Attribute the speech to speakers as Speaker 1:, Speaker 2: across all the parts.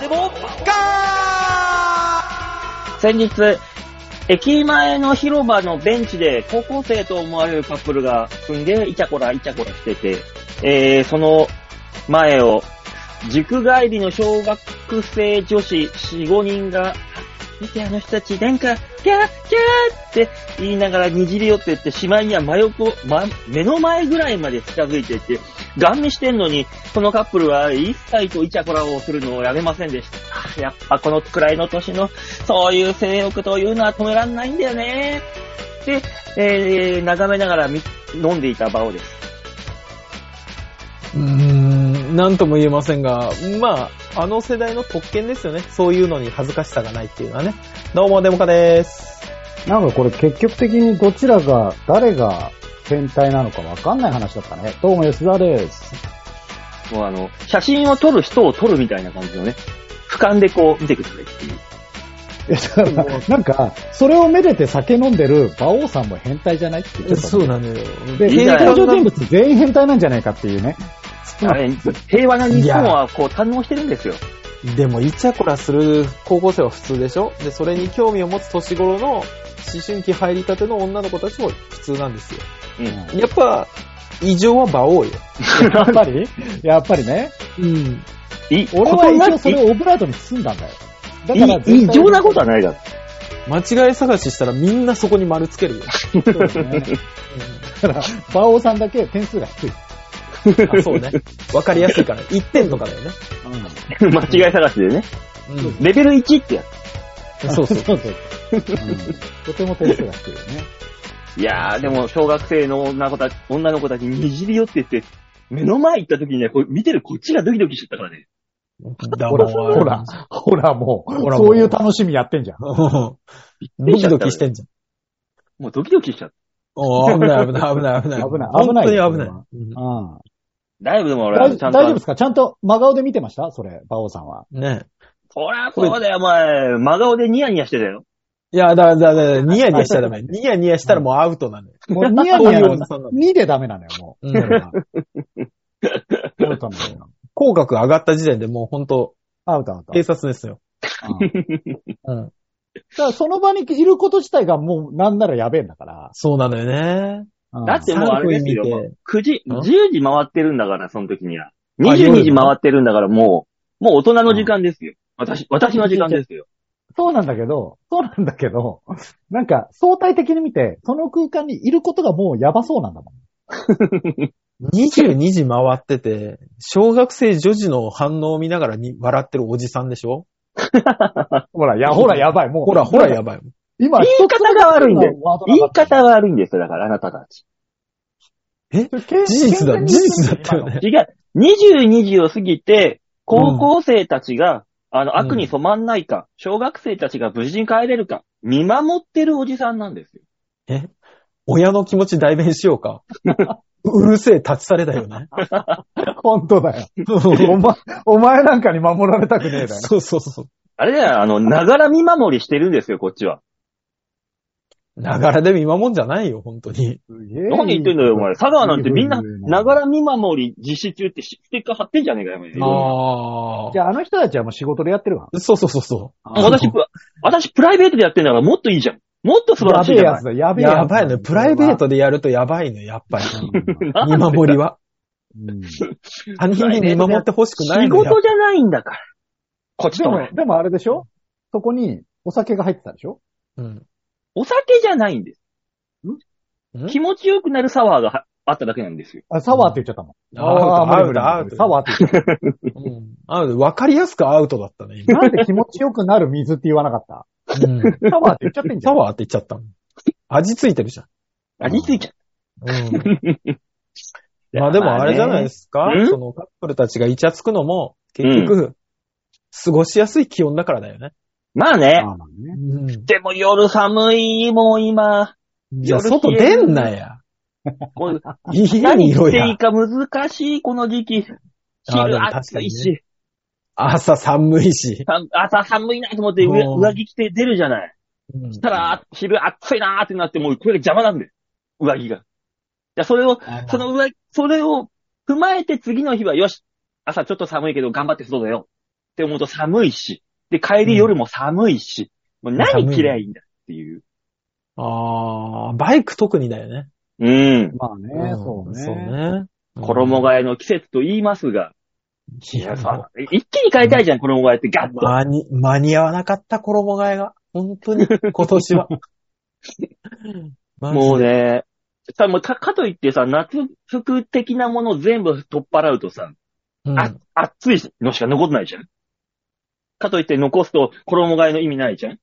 Speaker 1: でも、ガー
Speaker 2: 先日、駅前の広場のベンチで高校生と思われるカップルが組んでイチャコライチャコラしてて、えー、その前を塾帰りの小学生女子4、5人が、見てあの人たち、なんか、キャーキャーって言いながらにじり寄ってって、しまいには真横、ま、目の前ぐらいまで近づいていって、ガン見してんのに、このカップルは一切とイチャコラをするのをやめませんでした。あやっぱこのくらいの年の、そういう性欲というのは止めらんないんだよね。で、えー、眺めながらみ飲んでいた場をです。
Speaker 3: うーん、なんとも言えませんが、まあ、あの世代の特権ですよね。そういうのに恥ずかしさがないっていうのはね。どうも、デモカです。
Speaker 4: なんかこれ結局的にどちらが、誰が変態なのかわかんない話だったね。どうも吉沢 です。
Speaker 2: もうあの、写真を撮る人を撮るみたいな感じのね、俯瞰でこう見てくださいっていう。
Speaker 4: いやだからなんか、それをめでて酒飲んでる馬王さんも変態じゃないって言ってたもん
Speaker 3: そうなのよ。
Speaker 4: で、
Speaker 2: いいじゃん
Speaker 4: 登場人物全員変態なんじゃないかっていうね。
Speaker 2: あれ平和な日本はこう堪能してるんですよ。
Speaker 3: でも、イチャコラする高校生は普通でしょで、それに興味を持つ年頃の思春期入りたての女の子たちも普通なんですよ。
Speaker 2: うん。
Speaker 4: うん
Speaker 3: やっぱ、異常は馬王よ。
Speaker 4: やっぱりやっぱりね。
Speaker 3: うん。
Speaker 2: い
Speaker 4: 俺は一応それをオブラートに包んだんだよ。だから
Speaker 2: い異
Speaker 4: 絶対
Speaker 2: 常なことはないだろ。
Speaker 3: 間違い探ししたらみんなそこに丸つけ るよ。
Speaker 4: そうだねだから、馬王さんだけ点数が低い。
Speaker 3: あそうね。わかりやすいから。1点とかだよね。
Speaker 2: 間違い探しでね。レベル1ってや
Speaker 3: そうそ う。
Speaker 4: そうそう。うんとても点数が低いよね。
Speaker 2: つ。いやー、でも小学生の女の子たち、女の子たちにじり寄ってって、目の前行った時にね、こう見てるこっちがドキドキしちゃったからね。
Speaker 3: だ
Speaker 4: ほら、ほら、 ほらもう、
Speaker 3: ほらもう
Speaker 4: そういう楽しみやってんじゃん。
Speaker 3: ド
Speaker 2: くりしち
Speaker 3: キ
Speaker 2: ゃった
Speaker 3: ドキしてんじゃん。
Speaker 2: もうドキドキしちゃった。
Speaker 3: おー危ない危ない危ない危ない。
Speaker 4: 危ない
Speaker 3: 本当に危
Speaker 4: 危
Speaker 3: な
Speaker 4: ないい。うん
Speaker 2: だいぶでも俺
Speaker 4: 大
Speaker 2: は
Speaker 4: 大
Speaker 2: ちゃんとあ
Speaker 4: 丈夫
Speaker 2: の。
Speaker 4: ですかちゃんと真顔で見てましたそれ、馬王さんは。
Speaker 3: うんね
Speaker 2: そりゃそうだよ、お前。真顔でニヤニヤしてたよ。
Speaker 3: いや、だ、だ、だ、ニヤニヤしちゃダメ。ニヤニヤしたらもうアウトなのよ。
Speaker 4: もうニヤ ニ
Speaker 3: こう
Speaker 4: ヤ
Speaker 3: いうおじさんなの
Speaker 4: 2でダメなのよ、もう。
Speaker 3: うん
Speaker 4: それは アウトなのよ。
Speaker 3: 口角上がった時点でもう本当
Speaker 4: アウトアウト。
Speaker 3: 警察ですよ。
Speaker 4: う
Speaker 3: う
Speaker 4: ん
Speaker 3: ん。
Speaker 4: だからその場にいること自体がもうなんならやべえんだから。
Speaker 3: そうなのよね。
Speaker 4: うん
Speaker 2: だってもうあれですよ
Speaker 3: サンプル見。
Speaker 2: 9時、
Speaker 3: うん
Speaker 2: 10時回ってるんだから、その時には。
Speaker 3: 夜
Speaker 2: 22時回ってるんだから、もう、もう大人の時間ですよ。私、私の時間ですよ。
Speaker 4: そうなんだけど、そうなんだけど、なんか相対的に見て、その空間にいることがもうやばそうなんだもん。
Speaker 3: 22時回ってて、小学生女児の反応を見ながらに笑ってるおじさんでしょ
Speaker 4: ほら、や、ほらやばい、もう。
Speaker 3: ほらほらやばい。
Speaker 4: 今、
Speaker 2: 言い方が悪いんだよ。
Speaker 4: ワード
Speaker 2: 言
Speaker 4: ない
Speaker 2: 方が悪いんですよ、だから、あなたたち。
Speaker 4: 事
Speaker 3: 事実だ、事実だ ったよ。ね。
Speaker 2: 違う。22時を過ぎて、高校生たちが、あの、悪に染まんないか、小学生たちが無事に帰れるか、見守ってるおじさんなんですよ。
Speaker 3: 親の気持ち代弁しようか。うるせえ立ち去れだよね。
Speaker 4: 本当だよ。 お前、お前なんかに守られたくねえだよ。
Speaker 3: そうそうそう。
Speaker 2: あれだよ、あの、ながら見守りしてるんですよ、こっちは。
Speaker 3: ながらで見守んじゃないよ、本当に。
Speaker 2: 何言ってんだよ、お前。佐川なんてみんな、
Speaker 4: いいね
Speaker 2: ながら見守り実施中ってステッカー貼ってんじゃねえかよ、お前
Speaker 3: あ
Speaker 4: じゃあ、あの人たちはもう仕事でやってるわ。
Speaker 3: あ。そうそうそうそ
Speaker 2: あ私、ぷ私プライベートでやってんだからもっといいじゃん。もっと素晴
Speaker 4: や
Speaker 2: らし
Speaker 4: べ
Speaker 2: い
Speaker 4: え
Speaker 2: じゃ
Speaker 4: や
Speaker 2: な
Speaker 4: つ
Speaker 2: い。
Speaker 4: だ、や
Speaker 3: う。
Speaker 4: べえやつだ。
Speaker 3: やばいのよ。プライベートでやるとやばいのよ、やっぱり。
Speaker 4: う
Speaker 3: 見守りは。
Speaker 4: ん。うん
Speaker 3: 他人に見守ってほしくない
Speaker 2: 仕
Speaker 3: のよ。
Speaker 2: 事じゃないんだから。こっち
Speaker 4: で
Speaker 2: と
Speaker 4: も、でもあれでしょそこにお酒が入ってたでしょ
Speaker 3: うん。
Speaker 2: お酒じゃないんです。
Speaker 3: ん
Speaker 2: 気持ちよくなるサワーがはあっただけなんですよ。
Speaker 4: あ、サワーって言っちゃったもん。
Speaker 3: アウト、
Speaker 4: あ
Speaker 3: アウ
Speaker 4: ー
Speaker 3: ト、
Speaker 4: サ
Speaker 3: アウ
Speaker 4: ワーって言っちゃっ
Speaker 3: ト。うんアウト。わかりやすくアウトだったね、
Speaker 4: た。
Speaker 3: 今。
Speaker 4: なんで気持ちよくなる水って言わなか った
Speaker 3: うん
Speaker 4: サワーって言っちゃってんじゃ
Speaker 3: サ
Speaker 4: ん。
Speaker 3: ワーって言っちゃったもん。味ついてるじゃん。
Speaker 2: 味付いちゃっ
Speaker 3: うん。
Speaker 2: た。。
Speaker 3: まあでもあれじゃないですすか
Speaker 2: まあね
Speaker 3: そのカップルたちがイチャつくのも、結局、過ごしやすい気温だからだよね。
Speaker 2: まあね。
Speaker 4: あーまあね
Speaker 3: うん。
Speaker 2: でも夜寒い、もう今。
Speaker 3: じゃあ外出んなや。
Speaker 2: もう
Speaker 3: 家に
Speaker 2: 何
Speaker 3: いろ
Speaker 2: してい
Speaker 3: や
Speaker 2: い。か難しい、この時期。
Speaker 3: あーでも確
Speaker 2: 昼
Speaker 3: か
Speaker 2: 暑
Speaker 3: にね
Speaker 2: いし、
Speaker 3: 朝寒いし。
Speaker 2: さん朝寒いなと思って上
Speaker 3: うん
Speaker 2: 上着着て出るじゃない。
Speaker 3: うん
Speaker 2: したら、昼暑いなーってなって、もうこれが邪魔なんだよ。上着が。じゃあそれを、その上、それを踏まえて次の日は、よし、朝ちょっと寒いけど頑張って外だよ。って思うと寒いし、で、帰り夜も寒いし、もう何着りゃいいんだっていう。
Speaker 3: あー、バイク特にだよね。
Speaker 2: うん。
Speaker 4: まあね、
Speaker 3: ん
Speaker 4: そうね。
Speaker 3: そうね。
Speaker 2: 衣替えの季節と言いますが、
Speaker 3: い
Speaker 2: いや、
Speaker 3: や、
Speaker 2: そう一気に変えたいじゃん、衣替えってガッと。
Speaker 3: 間に、間に合わなかった衣替えが。本当に、今 年は。マジで
Speaker 2: もう。ね、さ、もうか、かといってさ、夏服的なもの全部取っ払うとさ、
Speaker 3: うん
Speaker 2: あ、暑いのしか残んないじゃん。かといって残すと衣替えの意味ないじゃん。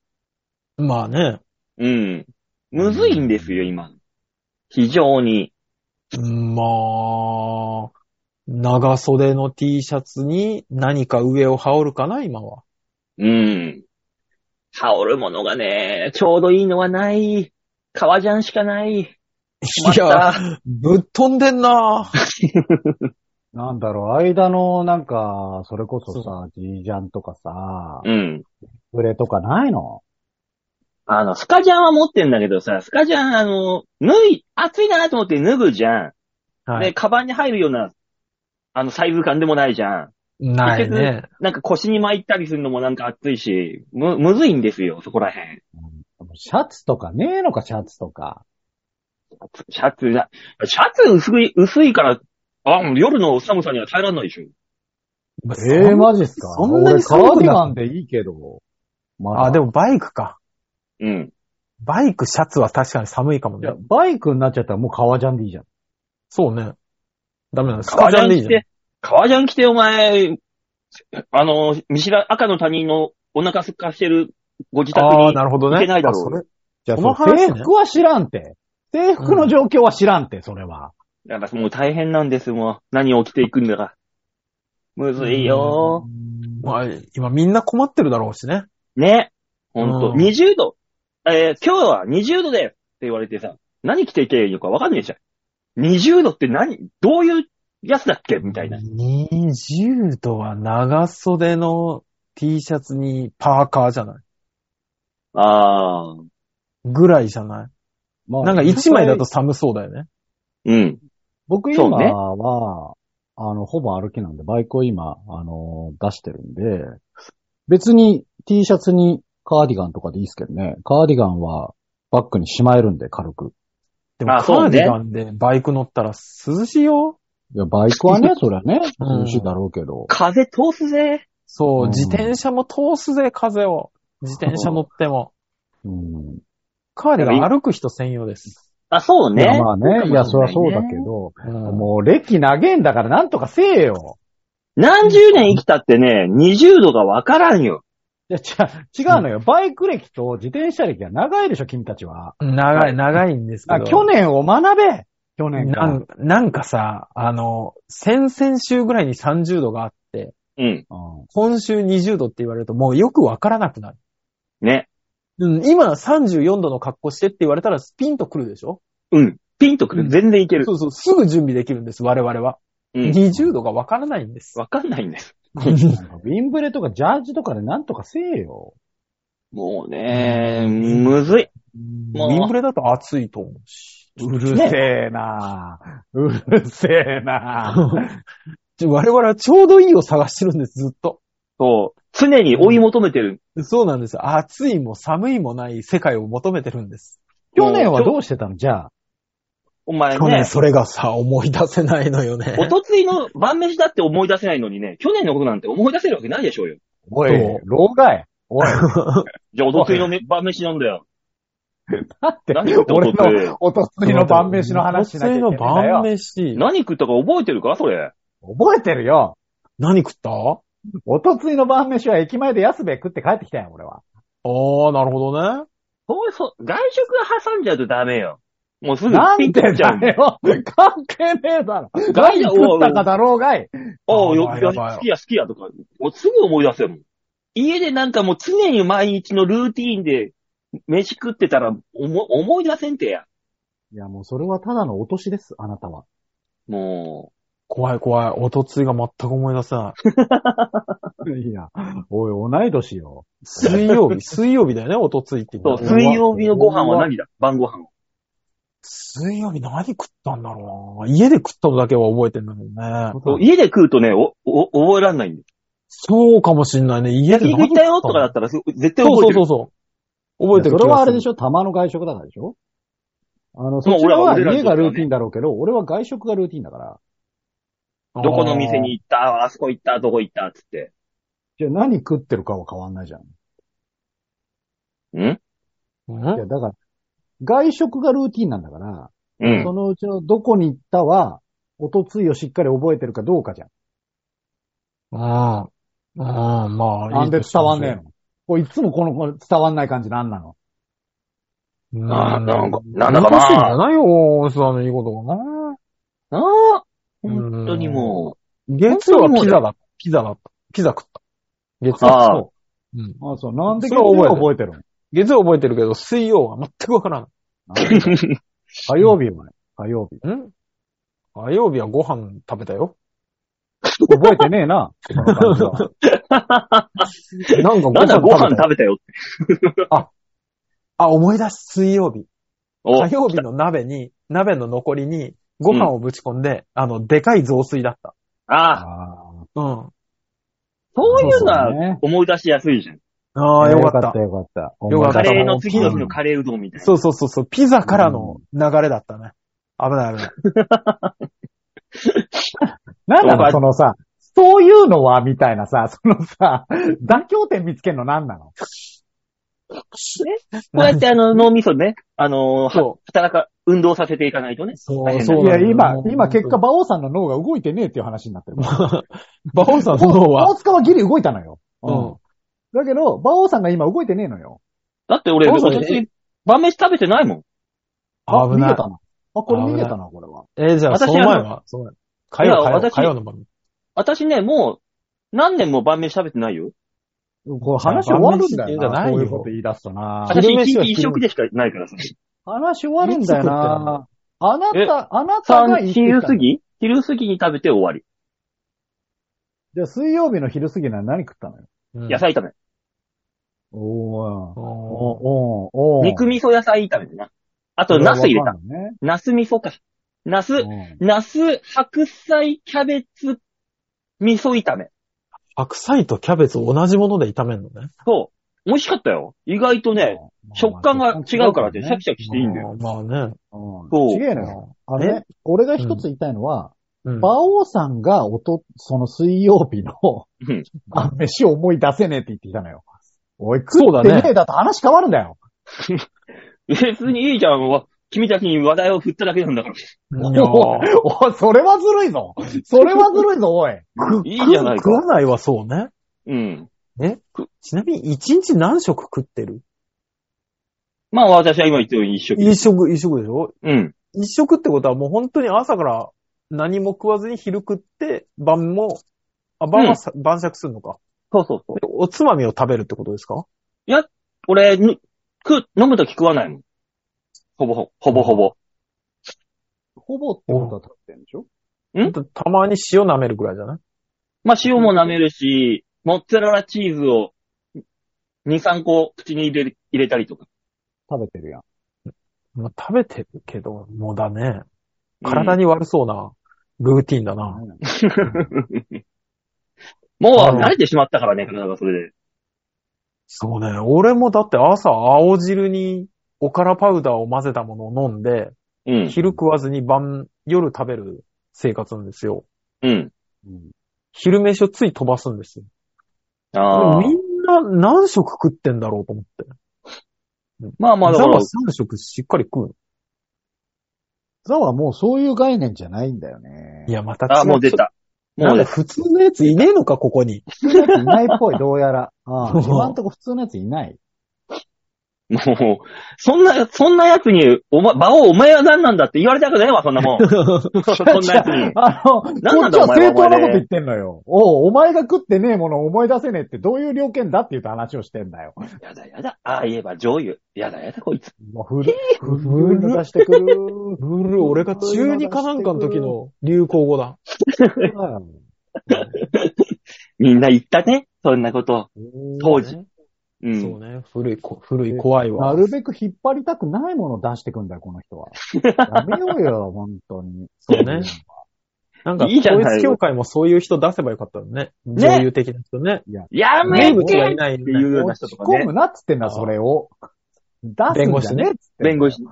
Speaker 3: まあね。
Speaker 2: うん。むずいんですよ、今。非常に。
Speaker 3: まあ、長袖の T シャツに何か上を羽織るかな、今は。
Speaker 2: うん。羽織るものがね、ちょうどいいのはない。革ジャンしかない。ま
Speaker 3: いや、
Speaker 2: た、
Speaker 3: ぶっ飛んでんな
Speaker 4: なんだろう、間のなんか、それこそさ、G ジャンとかさ、
Speaker 2: うん。
Speaker 4: ブレとかないの
Speaker 2: あの、スカジャンは持ってんだけどさ、スカジャン、あの、脱い、暑いなと思って脱ぐじゃん。
Speaker 3: は
Speaker 2: で、
Speaker 3: い。
Speaker 2: カバンに入るような、あの、サイズ感でもないじゃん。
Speaker 3: ないね。
Speaker 2: なんか腰に巻いたりするのもなんか暑いし、む、むずいんですよ、そこら辺。
Speaker 4: シャツとかねえのか、シャツとか。
Speaker 2: シャツな、シャツ薄い、薄いから、あ、もう夜の寒さには耐えられないでしょ。
Speaker 4: ええマジっすか
Speaker 3: そんなに
Speaker 4: 俺カ
Speaker 3: 寒
Speaker 4: ー
Speaker 3: く
Speaker 4: ディ
Speaker 3: な
Speaker 4: ガ
Speaker 3: い
Speaker 4: ンでいいけど。まだ
Speaker 3: あ、でもバイクか。
Speaker 2: うん。
Speaker 3: バイク、シャツは確かに寒いかも
Speaker 4: い
Speaker 3: ね
Speaker 4: や。、バイクになっちゃったらもう革ジャンでいいじゃん。
Speaker 3: そうね。ダメなの。ス
Speaker 2: 革
Speaker 3: カジ
Speaker 2: ジャ
Speaker 3: ャン
Speaker 2: ン
Speaker 3: でいい
Speaker 2: 着
Speaker 3: じゃん
Speaker 2: て。、革ジャン着てお前、あの、見知ら、赤の他人のお腹すっかしてるご自宅
Speaker 3: ああ、
Speaker 2: に
Speaker 3: なるほどね。
Speaker 2: 行けないだ
Speaker 3: あそ
Speaker 2: ろ
Speaker 3: れ
Speaker 2: う。
Speaker 4: じゃあ、
Speaker 3: その
Speaker 4: その
Speaker 3: 話ね
Speaker 4: 制服は知らんて。制服の状況は知らんて、それは。
Speaker 2: だからもう大変なんです、もう。何起きていくんだか。むずいよ
Speaker 3: まあ、今みんな困ってるだろうしね。
Speaker 2: ね。ほんと。
Speaker 3: うん
Speaker 2: 20度。えー今日は20度ですって言われてさ、何着ていけばいいのかわかんねえじゃん。20度って何どういうやつだっけみたいな。
Speaker 3: 20度は長袖の T シャツにパーカーじゃない
Speaker 2: ああ。
Speaker 3: ぐらいじゃない
Speaker 4: まあ
Speaker 3: なんか1枚だと。寒そうだよね。
Speaker 2: うん。
Speaker 4: 僕今
Speaker 2: そうね
Speaker 4: は、あの、ほぼ歩きなんで、バイクを今、あの、出してるんで、別に T シャツにカーディガンとかでいいですけどね。カーディガンはバッグにしまえるんで、軽く。
Speaker 3: でも
Speaker 2: あ
Speaker 3: カ
Speaker 2: そ
Speaker 3: ー
Speaker 2: うね
Speaker 3: ディガンでバイク乗ったら涼しいよ。
Speaker 4: いや、バイクはね、そりゃね、
Speaker 3: うん
Speaker 4: 涼しいだろうけど。
Speaker 2: 風通すぜ。
Speaker 3: そうう、
Speaker 4: ん
Speaker 3: 自転車も通すぜ、風を。自転車乗っても。
Speaker 4: うん。
Speaker 3: カーディガン歩く人専用です。
Speaker 2: あ、そう
Speaker 4: いや
Speaker 2: ね。
Speaker 4: まあね、いや、そりゃそうだけ
Speaker 2: ど。
Speaker 4: ど、
Speaker 3: うん
Speaker 4: もう歴長えんだからなんとかせえよ。
Speaker 2: 何十年生きたってね、20度がわからんよ。
Speaker 4: いや、違う、違うのよ。バイク歴と自転車歴が長いでしょ、君たちは。
Speaker 3: 長い、長いんですけ
Speaker 4: あ
Speaker 3: ど。
Speaker 4: 去年を学べ去年か
Speaker 3: な
Speaker 4: ら。
Speaker 3: んなんかさ、あの、先々週ぐらいに30度があって、
Speaker 2: うん。
Speaker 4: うん
Speaker 3: 今週20度って言われるともうよくわからなくなる。
Speaker 2: ね。
Speaker 3: うん、今34度の格好してって言われたらスピンと来るでしょ
Speaker 2: うん。ピンとく
Speaker 3: う
Speaker 2: る。
Speaker 3: ん
Speaker 2: 全然いける
Speaker 3: そ。うそう、すぐ準備できるんです、我々は。
Speaker 2: うん。
Speaker 3: 20度がわからないんです。
Speaker 2: わかんないんです。
Speaker 4: なんかウィンブレとかジャージとかでなんとかせえよ。
Speaker 2: もうね、むずい。もう
Speaker 3: ウィンブレだと暑いと思うし。
Speaker 4: うるせえなうるせ えな
Speaker 3: 我々はちょうどいいを探してるんです、ずっと。
Speaker 2: そう。常に追い求めてる。
Speaker 3: そうなんです。暑いも寒いもない世界を求めてるんです。
Speaker 4: 去年はどうしてたのじゃあ。
Speaker 2: お前
Speaker 3: 去年
Speaker 2: ね。
Speaker 3: それがさ、思い出せないのよね。
Speaker 2: おとついの晩飯だって思い出せないのにね、去年のことなんて思い出せるわけないでしょうよ。
Speaker 4: お
Speaker 3: どう
Speaker 4: い、老害。おい、
Speaker 2: じゃあ、おとついのめ晩飯なんだよ。
Speaker 4: だって
Speaker 2: 何お、とつい
Speaker 4: 俺のおとついの晩飯の話しなきゃいけないん
Speaker 3: おとつ
Speaker 4: だ
Speaker 3: いの晩
Speaker 4: よ。
Speaker 3: 飯。
Speaker 2: 何食ったか覚えてるかそれ。
Speaker 4: 覚えてるよ。
Speaker 3: 何食ったあ
Speaker 4: おとついの晩飯は駅前で安兵衛食って帰ってきたよ、俺は。
Speaker 3: ー、なるほどね。
Speaker 2: そうそう、外食挟んじゃうとダメよ。もうすぐ
Speaker 4: なんで
Speaker 2: ピ ッちゃ
Speaker 4: だ
Speaker 2: うんだよ。
Speaker 4: よ関係ねえだろ
Speaker 2: ガイ
Speaker 4: 何
Speaker 2: ド
Speaker 4: 食ったかだろうがい
Speaker 2: おうよ、
Speaker 3: やばい
Speaker 2: よ
Speaker 3: やばい
Speaker 2: 好きや好きやとか。もうすぐ思い出せるもん。家でなんかもう常に毎日のルーティーンで飯食ってたら思思い出せんてや。
Speaker 4: いや、もうそれはただの落としです、あなたは。
Speaker 2: も
Speaker 3: 怖い怖い。おとついが全く思い出せない。
Speaker 4: いや、おい、同い年よ。
Speaker 3: 水曜日、水曜日だよね、おとついって
Speaker 2: う。
Speaker 3: 言
Speaker 2: そう
Speaker 3: っ、たら
Speaker 2: 水曜日のご飯は何だ晩ご飯は。
Speaker 3: 水曜日何食ったんだろうな。家で食ったのだけは覚えてんだけどね。
Speaker 2: そう家で食うとね、お、お、覚えらんないんだよ。
Speaker 3: そうかもしんないね。家
Speaker 2: 焼
Speaker 3: で
Speaker 2: 肉行ったよとかだ
Speaker 3: だ
Speaker 2: ったら、す絶対
Speaker 3: そ
Speaker 2: 覚
Speaker 3: うそ
Speaker 2: えて
Speaker 3: うそ
Speaker 2: る。
Speaker 3: うそう。覚えてる
Speaker 4: それはあれでし
Speaker 3: ょ
Speaker 4: ょ玉の外食だからでしょあの、
Speaker 2: ま
Speaker 4: そ
Speaker 2: あ
Speaker 4: っちらは
Speaker 2: 俺らに
Speaker 4: 家
Speaker 2: とっては
Speaker 4: が
Speaker 2: ね
Speaker 4: ルーティンだろうけど、俺は外食がルーティンだから。
Speaker 2: どこの店に行った、ああそこ行った、どこ行った、つって。
Speaker 4: じゃあ何食ってるかは変わんないじゃん。い
Speaker 2: ん
Speaker 3: うん
Speaker 4: や、だから、外食がルーティンなんだから、
Speaker 2: うん
Speaker 4: そ。のうちのどこに行ったは、おとついをしっかり覚えてるかどうかじゃん。
Speaker 3: うん。うん、まあ、
Speaker 4: なんで伝わんねえ
Speaker 3: の
Speaker 4: のこれいつもこのこれ伝わんない感じなんなの
Speaker 2: ああ、なんか、なんだかな
Speaker 3: 残してんじゃないよ、そのいいことがな。
Speaker 2: ああ、本当にも
Speaker 3: 月曜はピザだった。ピザだった。ピザ食った。月曜。
Speaker 2: あー
Speaker 3: そううん
Speaker 4: あ、そう。なんで
Speaker 3: そ
Speaker 4: 今
Speaker 3: れは
Speaker 4: 日
Speaker 3: 覚えてる
Speaker 4: 覚えてるの
Speaker 3: 月曜覚えてるけど、水曜は全くわからん。
Speaker 4: な んで火曜日もね。火曜日。
Speaker 3: ん火曜日はご飯食べたよ。
Speaker 4: 覚えてね えな。今の感じは
Speaker 3: なんか
Speaker 2: う、なんだご飯
Speaker 3: べた
Speaker 2: 食べたよって。
Speaker 3: あ、思い出す、水曜日。
Speaker 2: お
Speaker 3: 火曜日の鍋に、鍋の残りに、ご飯をぶち込んで、あの、でかい雑炊だった。
Speaker 2: ああ、
Speaker 4: あー
Speaker 3: うん。
Speaker 2: そういうの
Speaker 4: そ
Speaker 2: は
Speaker 4: ね
Speaker 2: 思い出しやすいじゃん。
Speaker 3: ああ、よかった。
Speaker 4: よかった。
Speaker 3: よかっ
Speaker 2: カ
Speaker 3: た
Speaker 4: 思い出
Speaker 2: レ
Speaker 4: し
Speaker 2: ーの次の日のカレーうどんみたいな。
Speaker 3: そうそうそうそう、ピザからの流れだったね。危ない危ない。
Speaker 4: なんな
Speaker 2: そうか
Speaker 4: のそのさ、そういうのは、みたいなさ、そのさ、妥協点見つけるのなんなの
Speaker 2: こうやってあの、脳みそね、あのー、は
Speaker 3: そ
Speaker 2: 働か、運動させていかないとね。
Speaker 3: そ
Speaker 2: 大
Speaker 3: う、
Speaker 2: 変
Speaker 3: そ
Speaker 2: だ
Speaker 3: う
Speaker 4: い
Speaker 3: な
Speaker 4: や、
Speaker 3: んだよ。
Speaker 4: 今
Speaker 3: も、う
Speaker 4: 今結果、、馬王さんの脳が動いてねえっていう話になってる。
Speaker 3: バオさんの方は、
Speaker 4: 大塚はギリ動いたのよ。
Speaker 3: うん。
Speaker 4: だけど、馬王さんが今動いてねえのよ。
Speaker 2: だって俺、
Speaker 3: そうそう
Speaker 2: 私、晩飯食べてないもん。
Speaker 4: あ、
Speaker 3: 危
Speaker 4: 逃
Speaker 3: な
Speaker 4: げ
Speaker 3: い
Speaker 4: た。な。あ、これ逃げたな、これは。
Speaker 3: えー、じゃあ、
Speaker 2: 私
Speaker 3: その前は、その前火曜、
Speaker 2: いや
Speaker 3: 火曜、
Speaker 2: 私
Speaker 3: 火曜の番組。
Speaker 2: 私ね、もう、何年も晩飯食べてないよ。
Speaker 4: これ話終わるんだ
Speaker 3: いや晩飯って言うんじゃ
Speaker 4: よ
Speaker 3: な
Speaker 4: な。
Speaker 3: いよ
Speaker 4: そういうこと言い出すとな。
Speaker 2: 私、
Speaker 3: 昼
Speaker 2: 一
Speaker 3: 飯は
Speaker 2: 日一食でしかないからさ。
Speaker 4: 話終わるんだよな。あない
Speaker 2: つ食ってん
Speaker 4: た、あなた
Speaker 2: さ
Speaker 4: が
Speaker 2: あ、
Speaker 4: 言ってきた
Speaker 2: 昼過ぎ昼過ぎに食べて終わり。
Speaker 4: じゃあ、水曜日の昼過ぎなら何食ったのよ。
Speaker 3: うん
Speaker 2: 野菜炒め。
Speaker 4: おー。
Speaker 3: おー
Speaker 4: おー、おー。
Speaker 2: 肉味噌野菜炒めだな。あと、茄子入れた。茄子味噌か。茄子、
Speaker 4: ね。
Speaker 2: 茄子、白菜、キャベツ、味噌炒め。
Speaker 3: 白菜とキャベツ同じもので炒めるのね。
Speaker 2: そう。美味しかったよ。意外とね、食感が違うからって、シャキシャキしていいんだよ。
Speaker 3: まあまあね。
Speaker 4: そ。
Speaker 2: そううん
Speaker 4: 違えのよ。あれね、俺が一つ言いたいのは、
Speaker 3: うん
Speaker 4: 馬王さんがおと、その水曜日の
Speaker 2: うん
Speaker 4: あ飯を思い出せねえって言ってきたのよ。おい、食
Speaker 3: そう
Speaker 4: っ
Speaker 3: だ
Speaker 4: て
Speaker 3: ね
Speaker 4: ねえだと話変わるんだよ。
Speaker 2: 別にいいじゃん。わ君たちに話題を振っただけなんだから。
Speaker 3: いやー
Speaker 4: おい、それはずるいぞ。それはずるいぞ、おい。
Speaker 3: く
Speaker 2: いいじゃないか
Speaker 3: 食わないはそうね。
Speaker 2: うん。
Speaker 3: ちなみに、一日何食食ってる
Speaker 2: まあ、私は今言ったように一食。
Speaker 3: 一食、一食でしょ
Speaker 2: うん。
Speaker 3: 一食ってことはもう本当に朝から何も食わずに昼食って、晩も、あ、晩はさ、晩酌するのか。
Speaker 2: そうそうそう。
Speaker 3: でおつまみを食べるってことですか
Speaker 2: 俺、ぬ食う、飲むとき食わないもん。ほぼほぼ、ほぼほぼ。
Speaker 4: ほぼってことは食ってんでしょ
Speaker 2: ん
Speaker 3: たまに塩舐めるぐらいじゃない
Speaker 2: まあ、塩も舐めるし、モッツァレラチーズを2、3個口に入れ、入れたりとか。
Speaker 4: 食べてるやん。
Speaker 3: まあ、食べてるけど、もうだね。
Speaker 2: うん
Speaker 3: 体に悪そうなルーティンだな。
Speaker 2: もう慣れてしまったからね、体がそれで。
Speaker 3: そうね。俺もだって朝青汁におからパウダーを混ぜたものを飲んで、
Speaker 2: うん。
Speaker 3: 昼食わずに晩、夜食べる生活なんですよ。
Speaker 2: うん。
Speaker 4: うん
Speaker 3: 昼飯をつい飛ばすんですよ。
Speaker 2: ああ。
Speaker 3: みんな何食食ってんだろうと思って。
Speaker 2: まあまあ、だか
Speaker 3: ザ
Speaker 2: ら
Speaker 3: は、3食しっかり食うの。
Speaker 4: ザはもうそういう概念じゃないんだよね。
Speaker 3: いや、また
Speaker 2: ああ、もう出。た。
Speaker 3: な
Speaker 2: も
Speaker 3: ん
Speaker 2: う
Speaker 3: だ、
Speaker 2: 出た。
Speaker 3: 普通のやついねえのか、ここに。
Speaker 4: 普通のやついないっぽい、どう やら。あ
Speaker 3: そ
Speaker 4: あ
Speaker 3: う
Speaker 4: 今んとこ普通のやついない。
Speaker 2: もう、そんな、そんな奴に、おま、馬王お前は何なんだって言われたくないわ、そんなもん。 そんな奴に。
Speaker 4: あの、こっち
Speaker 2: なんなんだ
Speaker 4: は
Speaker 2: お前は
Speaker 4: 正当な
Speaker 2: お前
Speaker 4: こ
Speaker 2: で
Speaker 4: と言ってんのよ。おうお前が食ってねえものを思い出せねえってどういう条件だって言うと話をしてんだよ。
Speaker 2: やだやだ。ああ言えば醤油。やだやだ、こいつ。
Speaker 4: もう古い、古いの出してくる。
Speaker 3: ブルー、俺が中二かなんかの時の流行語だ。
Speaker 2: みんな言ったね。そんなこと。当時
Speaker 3: ね。
Speaker 2: う。
Speaker 3: そうんね。古いこ、古い、怖い
Speaker 4: な
Speaker 3: わ。
Speaker 4: るべく引っ張りたく ないものを出してくんだよ、この人は。やめようよ、本当に。
Speaker 3: そうねなんか、
Speaker 2: いいじゃない
Speaker 3: 統一協会もそういう人出せばよかったのね。
Speaker 2: ね
Speaker 3: 女優的な人ね。
Speaker 2: やめ
Speaker 3: 名
Speaker 2: て
Speaker 3: 物がい
Speaker 2: っ
Speaker 3: ない
Speaker 2: ていうような
Speaker 4: 落
Speaker 2: 人
Speaker 4: ち
Speaker 2: とか
Speaker 4: 込
Speaker 2: ね
Speaker 4: む。なっつってんだ、それを。出すんじゃねえっつって。
Speaker 2: 弁護士。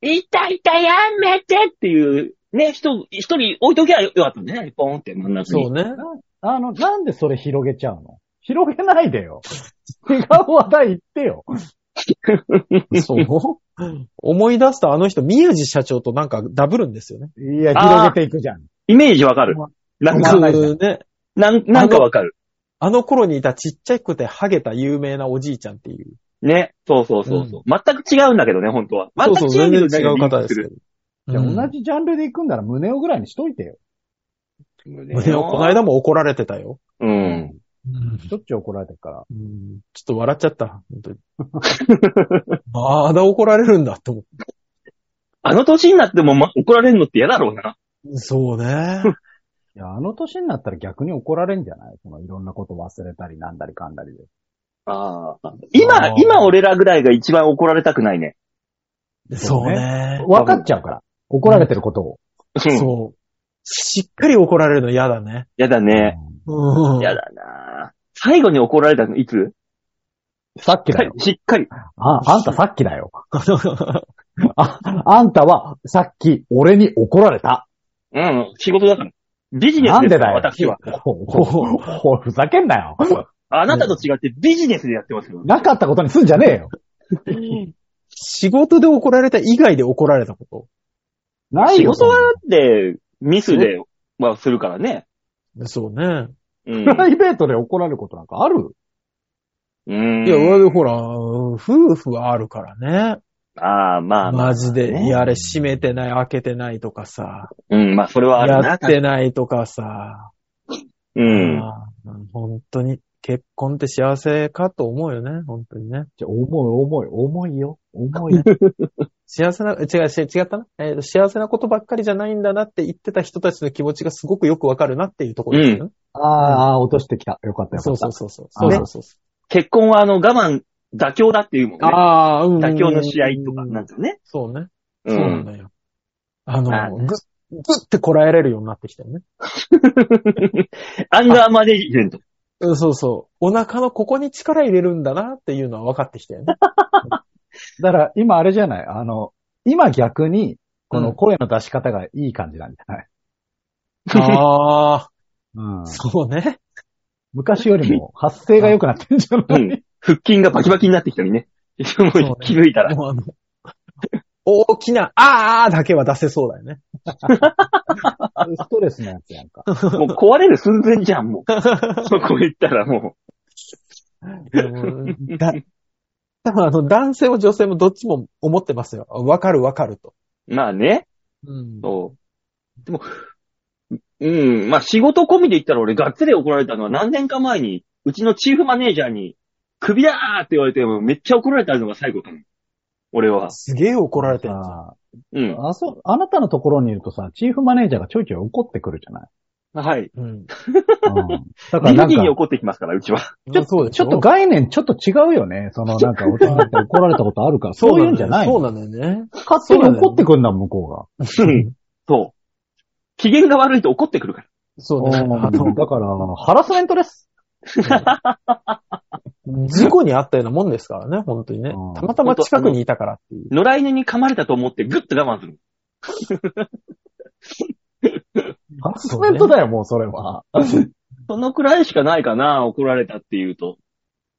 Speaker 2: いたいたやめてっていう、ね、人、一人置いときゃよかったんだよね。ポンって真ん中に。
Speaker 3: そうね。
Speaker 4: あの、なんでそれ広げちゃうの広げないでよ。違う話題言ってよ。そ
Speaker 3: 思い出すとあの人、宮地社長となんかダブるんですよね。
Speaker 4: ういや、広げていくじゃん。
Speaker 2: イメージわかる。なんか、
Speaker 4: ないじゃん
Speaker 3: ね。
Speaker 2: なんなんかわかる。
Speaker 3: あの頃にいたちっちゃくてハゲた有名なおじいちゃんっていう。
Speaker 2: ね。そうそうそうそう、全く違うんだけどね、本当は。
Speaker 3: そ
Speaker 2: 全
Speaker 3: う
Speaker 2: く
Speaker 3: そう、
Speaker 2: 違
Speaker 3: 全
Speaker 2: うんだけど
Speaker 3: 然違う方ですけど。
Speaker 4: いや
Speaker 3: うん
Speaker 4: 同じジャンルで行くんなら胸をぐらいにしといてよ。
Speaker 3: 胸をこの間も怒られてたよ。
Speaker 2: うん。
Speaker 4: しょっちゅう怒られてるから。
Speaker 3: うんちょっと笑っちゃった。本当に まだ怒られるんだって思っ
Speaker 2: あの年になっても、ま、怒られるのって嫌だろうな。
Speaker 3: て。そうね。
Speaker 4: いや、あの年になったら逆に怒られんじゃないそのいろんなこと忘れたりなんだりかんだりで。
Speaker 2: ああ。今
Speaker 3: あー、
Speaker 2: 今俺らぐらいが一番怒られたくないね。
Speaker 3: そうね。
Speaker 4: 分かっちゃうから。怒られてることを。
Speaker 2: うん。
Speaker 3: そう。しっかり怒られるの嫌だね。
Speaker 2: やだね。
Speaker 3: うん。
Speaker 2: やだな最後に怒られたのいつ
Speaker 4: さっきだよ。
Speaker 2: しっかり。
Speaker 4: あ、あんたさっきだよ。あ、あんたはさっき俺に怒られた。
Speaker 2: うん。仕事だから。ビジネス
Speaker 4: なん
Speaker 2: です
Speaker 4: で
Speaker 2: から
Speaker 4: だよ。
Speaker 2: 私は。
Speaker 4: おおおふざけんなよ。
Speaker 2: あなたと違ってビジネスでやってますよ。
Speaker 4: なかったことにすんじゃねえよ。
Speaker 3: 仕事で怒られた以外で怒られたこ
Speaker 4: ない
Speaker 2: 仕
Speaker 4: よ。
Speaker 2: 事はだって、ミスで、はするからね。
Speaker 3: と。そうね。
Speaker 2: うん
Speaker 4: そんなプ。ライベートで怒られることなんかある
Speaker 2: うん。
Speaker 3: いや、俺ほら、夫婦はあるからね。
Speaker 2: ああ、まあまあ。
Speaker 3: マジで。
Speaker 2: ね
Speaker 3: いや、あれ閉めてない、開けてないとかさ。
Speaker 2: うん、まあ、それはあるな。
Speaker 3: やってないとかさ。
Speaker 2: うん。
Speaker 3: ああ本当に、結婚って幸せかと思うよね。本当にね。
Speaker 4: じゃ、重い、重い、重いよ。重い。
Speaker 3: 幸せな、違う、し違ったな。えーと幸せなことばっかりじゃないんだなって言ってた人たちの気持ちがすごくよくわかるなっていうところですよね。
Speaker 4: あーあー、落としてきた。よかった、よ
Speaker 3: そ
Speaker 4: かった。
Speaker 3: うそうそうそう。
Speaker 4: あ
Speaker 3: そうそうそ
Speaker 2: 結婚は、あの、我慢、妥協だっていうもん
Speaker 3: う。
Speaker 2: ね。
Speaker 3: ああ、うん。
Speaker 2: 妥協の試合とか、なんかね。
Speaker 3: そうね。
Speaker 2: う
Speaker 3: そうなん
Speaker 2: ん。
Speaker 3: だよ。あ
Speaker 2: まあ
Speaker 3: の、
Speaker 2: ね
Speaker 3: ぐ、ぐってこらえれるようになってきたよね。
Speaker 2: アンガーマネジメント。
Speaker 3: うんそうそう。お腹のここに力入れるんだなっていうのは分かってきたよね。
Speaker 4: だから、今あれじゃないあの、今逆に、こ
Speaker 3: う
Speaker 4: の
Speaker 3: ん
Speaker 4: 声の出し方がいい感じなんじゃない、
Speaker 3: ああ、
Speaker 4: うん、
Speaker 3: そうね。
Speaker 4: 昔よりも発声が良くなってんじゃ
Speaker 2: う
Speaker 4: ない、
Speaker 2: ん。腹筋がバキバキになってきたりね。も
Speaker 3: ね
Speaker 2: う気づいたら。
Speaker 3: もうあの、大きな、あーだけは出せそうだよね。
Speaker 4: ストレスのやつやんか。
Speaker 2: もう壊れる寸前じゃん、もう。そこ行ったらも
Speaker 3: うんだ、多分あの、男性も女性もどっちも思ってますよ。わかるわかると。
Speaker 2: う。まあね。
Speaker 3: うん
Speaker 2: そう。でも、うん、まあ仕事込みで言ったら俺がっつり怒られたのは何年か前に、うちのチーフマネージャーに、クビだーって言われて、めっちゃ怒られたのが最後かも。俺は。
Speaker 3: すげえ怒られてるじゃん。
Speaker 4: あ
Speaker 2: うん。
Speaker 4: あそう、あなたのところにいるとさ、チーフマネージャーがちょいちょい怒ってくるじゃない、
Speaker 2: はい。
Speaker 3: うん。
Speaker 4: うん、だから
Speaker 2: 無
Speaker 4: なん
Speaker 2: 理
Speaker 4: か
Speaker 2: に、怒ってきますから、うちは。
Speaker 4: ちょっ
Speaker 3: そう
Speaker 4: と
Speaker 3: でし
Speaker 4: ちょっと概念ちょっと違うよね。そのなんか大人って怒られたことあるから、そういうんじゃない
Speaker 3: そう
Speaker 4: の
Speaker 3: なのよね。
Speaker 4: 勝手に怒ってくんだもん、向こ
Speaker 2: うん。そう。機嫌が悪いと怒ってくるから。
Speaker 3: そうう
Speaker 4: が。
Speaker 3: ね。あ
Speaker 4: うん
Speaker 3: の、
Speaker 4: だから、ハラスメントです。
Speaker 3: 事故にあったようなもんですからね、本当にね
Speaker 4: うん。
Speaker 3: たまたま近くにいたからっていう。
Speaker 2: 野良犬に噛まれたと思ってグッと我慢する。
Speaker 4: ハラスメントだよ、もう それは。
Speaker 2: そのくらいしかないかな、怒られたっていうと。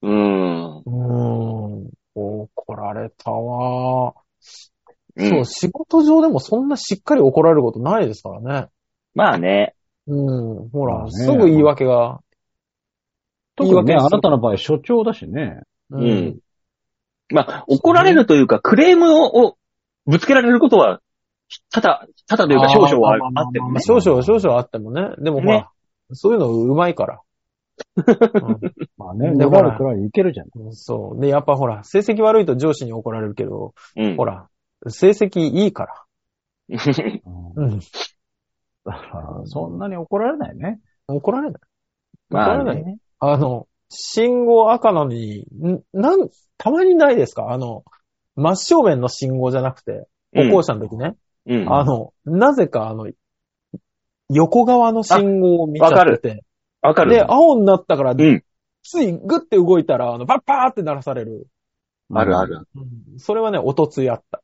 Speaker 2: うーん。
Speaker 3: うーん。怒られたわ。
Speaker 2: うん
Speaker 3: そう、仕事上でもそんなしっかり怒られることないですからね。
Speaker 2: まあね。
Speaker 3: うん。ほ
Speaker 4: まあ
Speaker 3: ら、
Speaker 4: ね
Speaker 3: すぐ言い訳が。
Speaker 4: 特にね、
Speaker 3: 言い訳す
Speaker 4: あ
Speaker 3: る
Speaker 4: なたの場合、所長だしね。
Speaker 3: う
Speaker 2: うん。。まあ、怒られるというか、クレームをぶつけられることは、ただ、ただというか少々は
Speaker 3: まあ
Speaker 2: あっても
Speaker 3: まあ
Speaker 2: ね。
Speaker 3: 少々、少々あってもね。でもほ
Speaker 2: ね
Speaker 3: ら、そういうのうまいから。
Speaker 4: まあね、
Speaker 3: だ
Speaker 4: 粘
Speaker 3: から
Speaker 4: るくらいいけるじゃん。
Speaker 3: うんそう。で、やっぱほら、成績悪いと上司に怒られるけど、
Speaker 2: うん
Speaker 3: ほ。ら、成績いいから。
Speaker 4: うん
Speaker 3: うん。
Speaker 4: だからそんなに怒られないね。
Speaker 3: 怒られない。怒
Speaker 2: ま
Speaker 3: ら
Speaker 2: あ
Speaker 3: れない。
Speaker 2: ね、
Speaker 3: あの、信号赤なのに、んなん、たまにないですかあの、真正面の信号じゃなくて、歩行者の時ね。
Speaker 2: うん。
Speaker 3: あの、なぜかあの、横側の信号を見ちゃってて。
Speaker 2: わかる
Speaker 3: で、青になったから、
Speaker 2: うん
Speaker 3: ついグッて動いたら、あの、バッパーって鳴らされる。
Speaker 2: あるある。
Speaker 3: うんそれはね、おとつやった。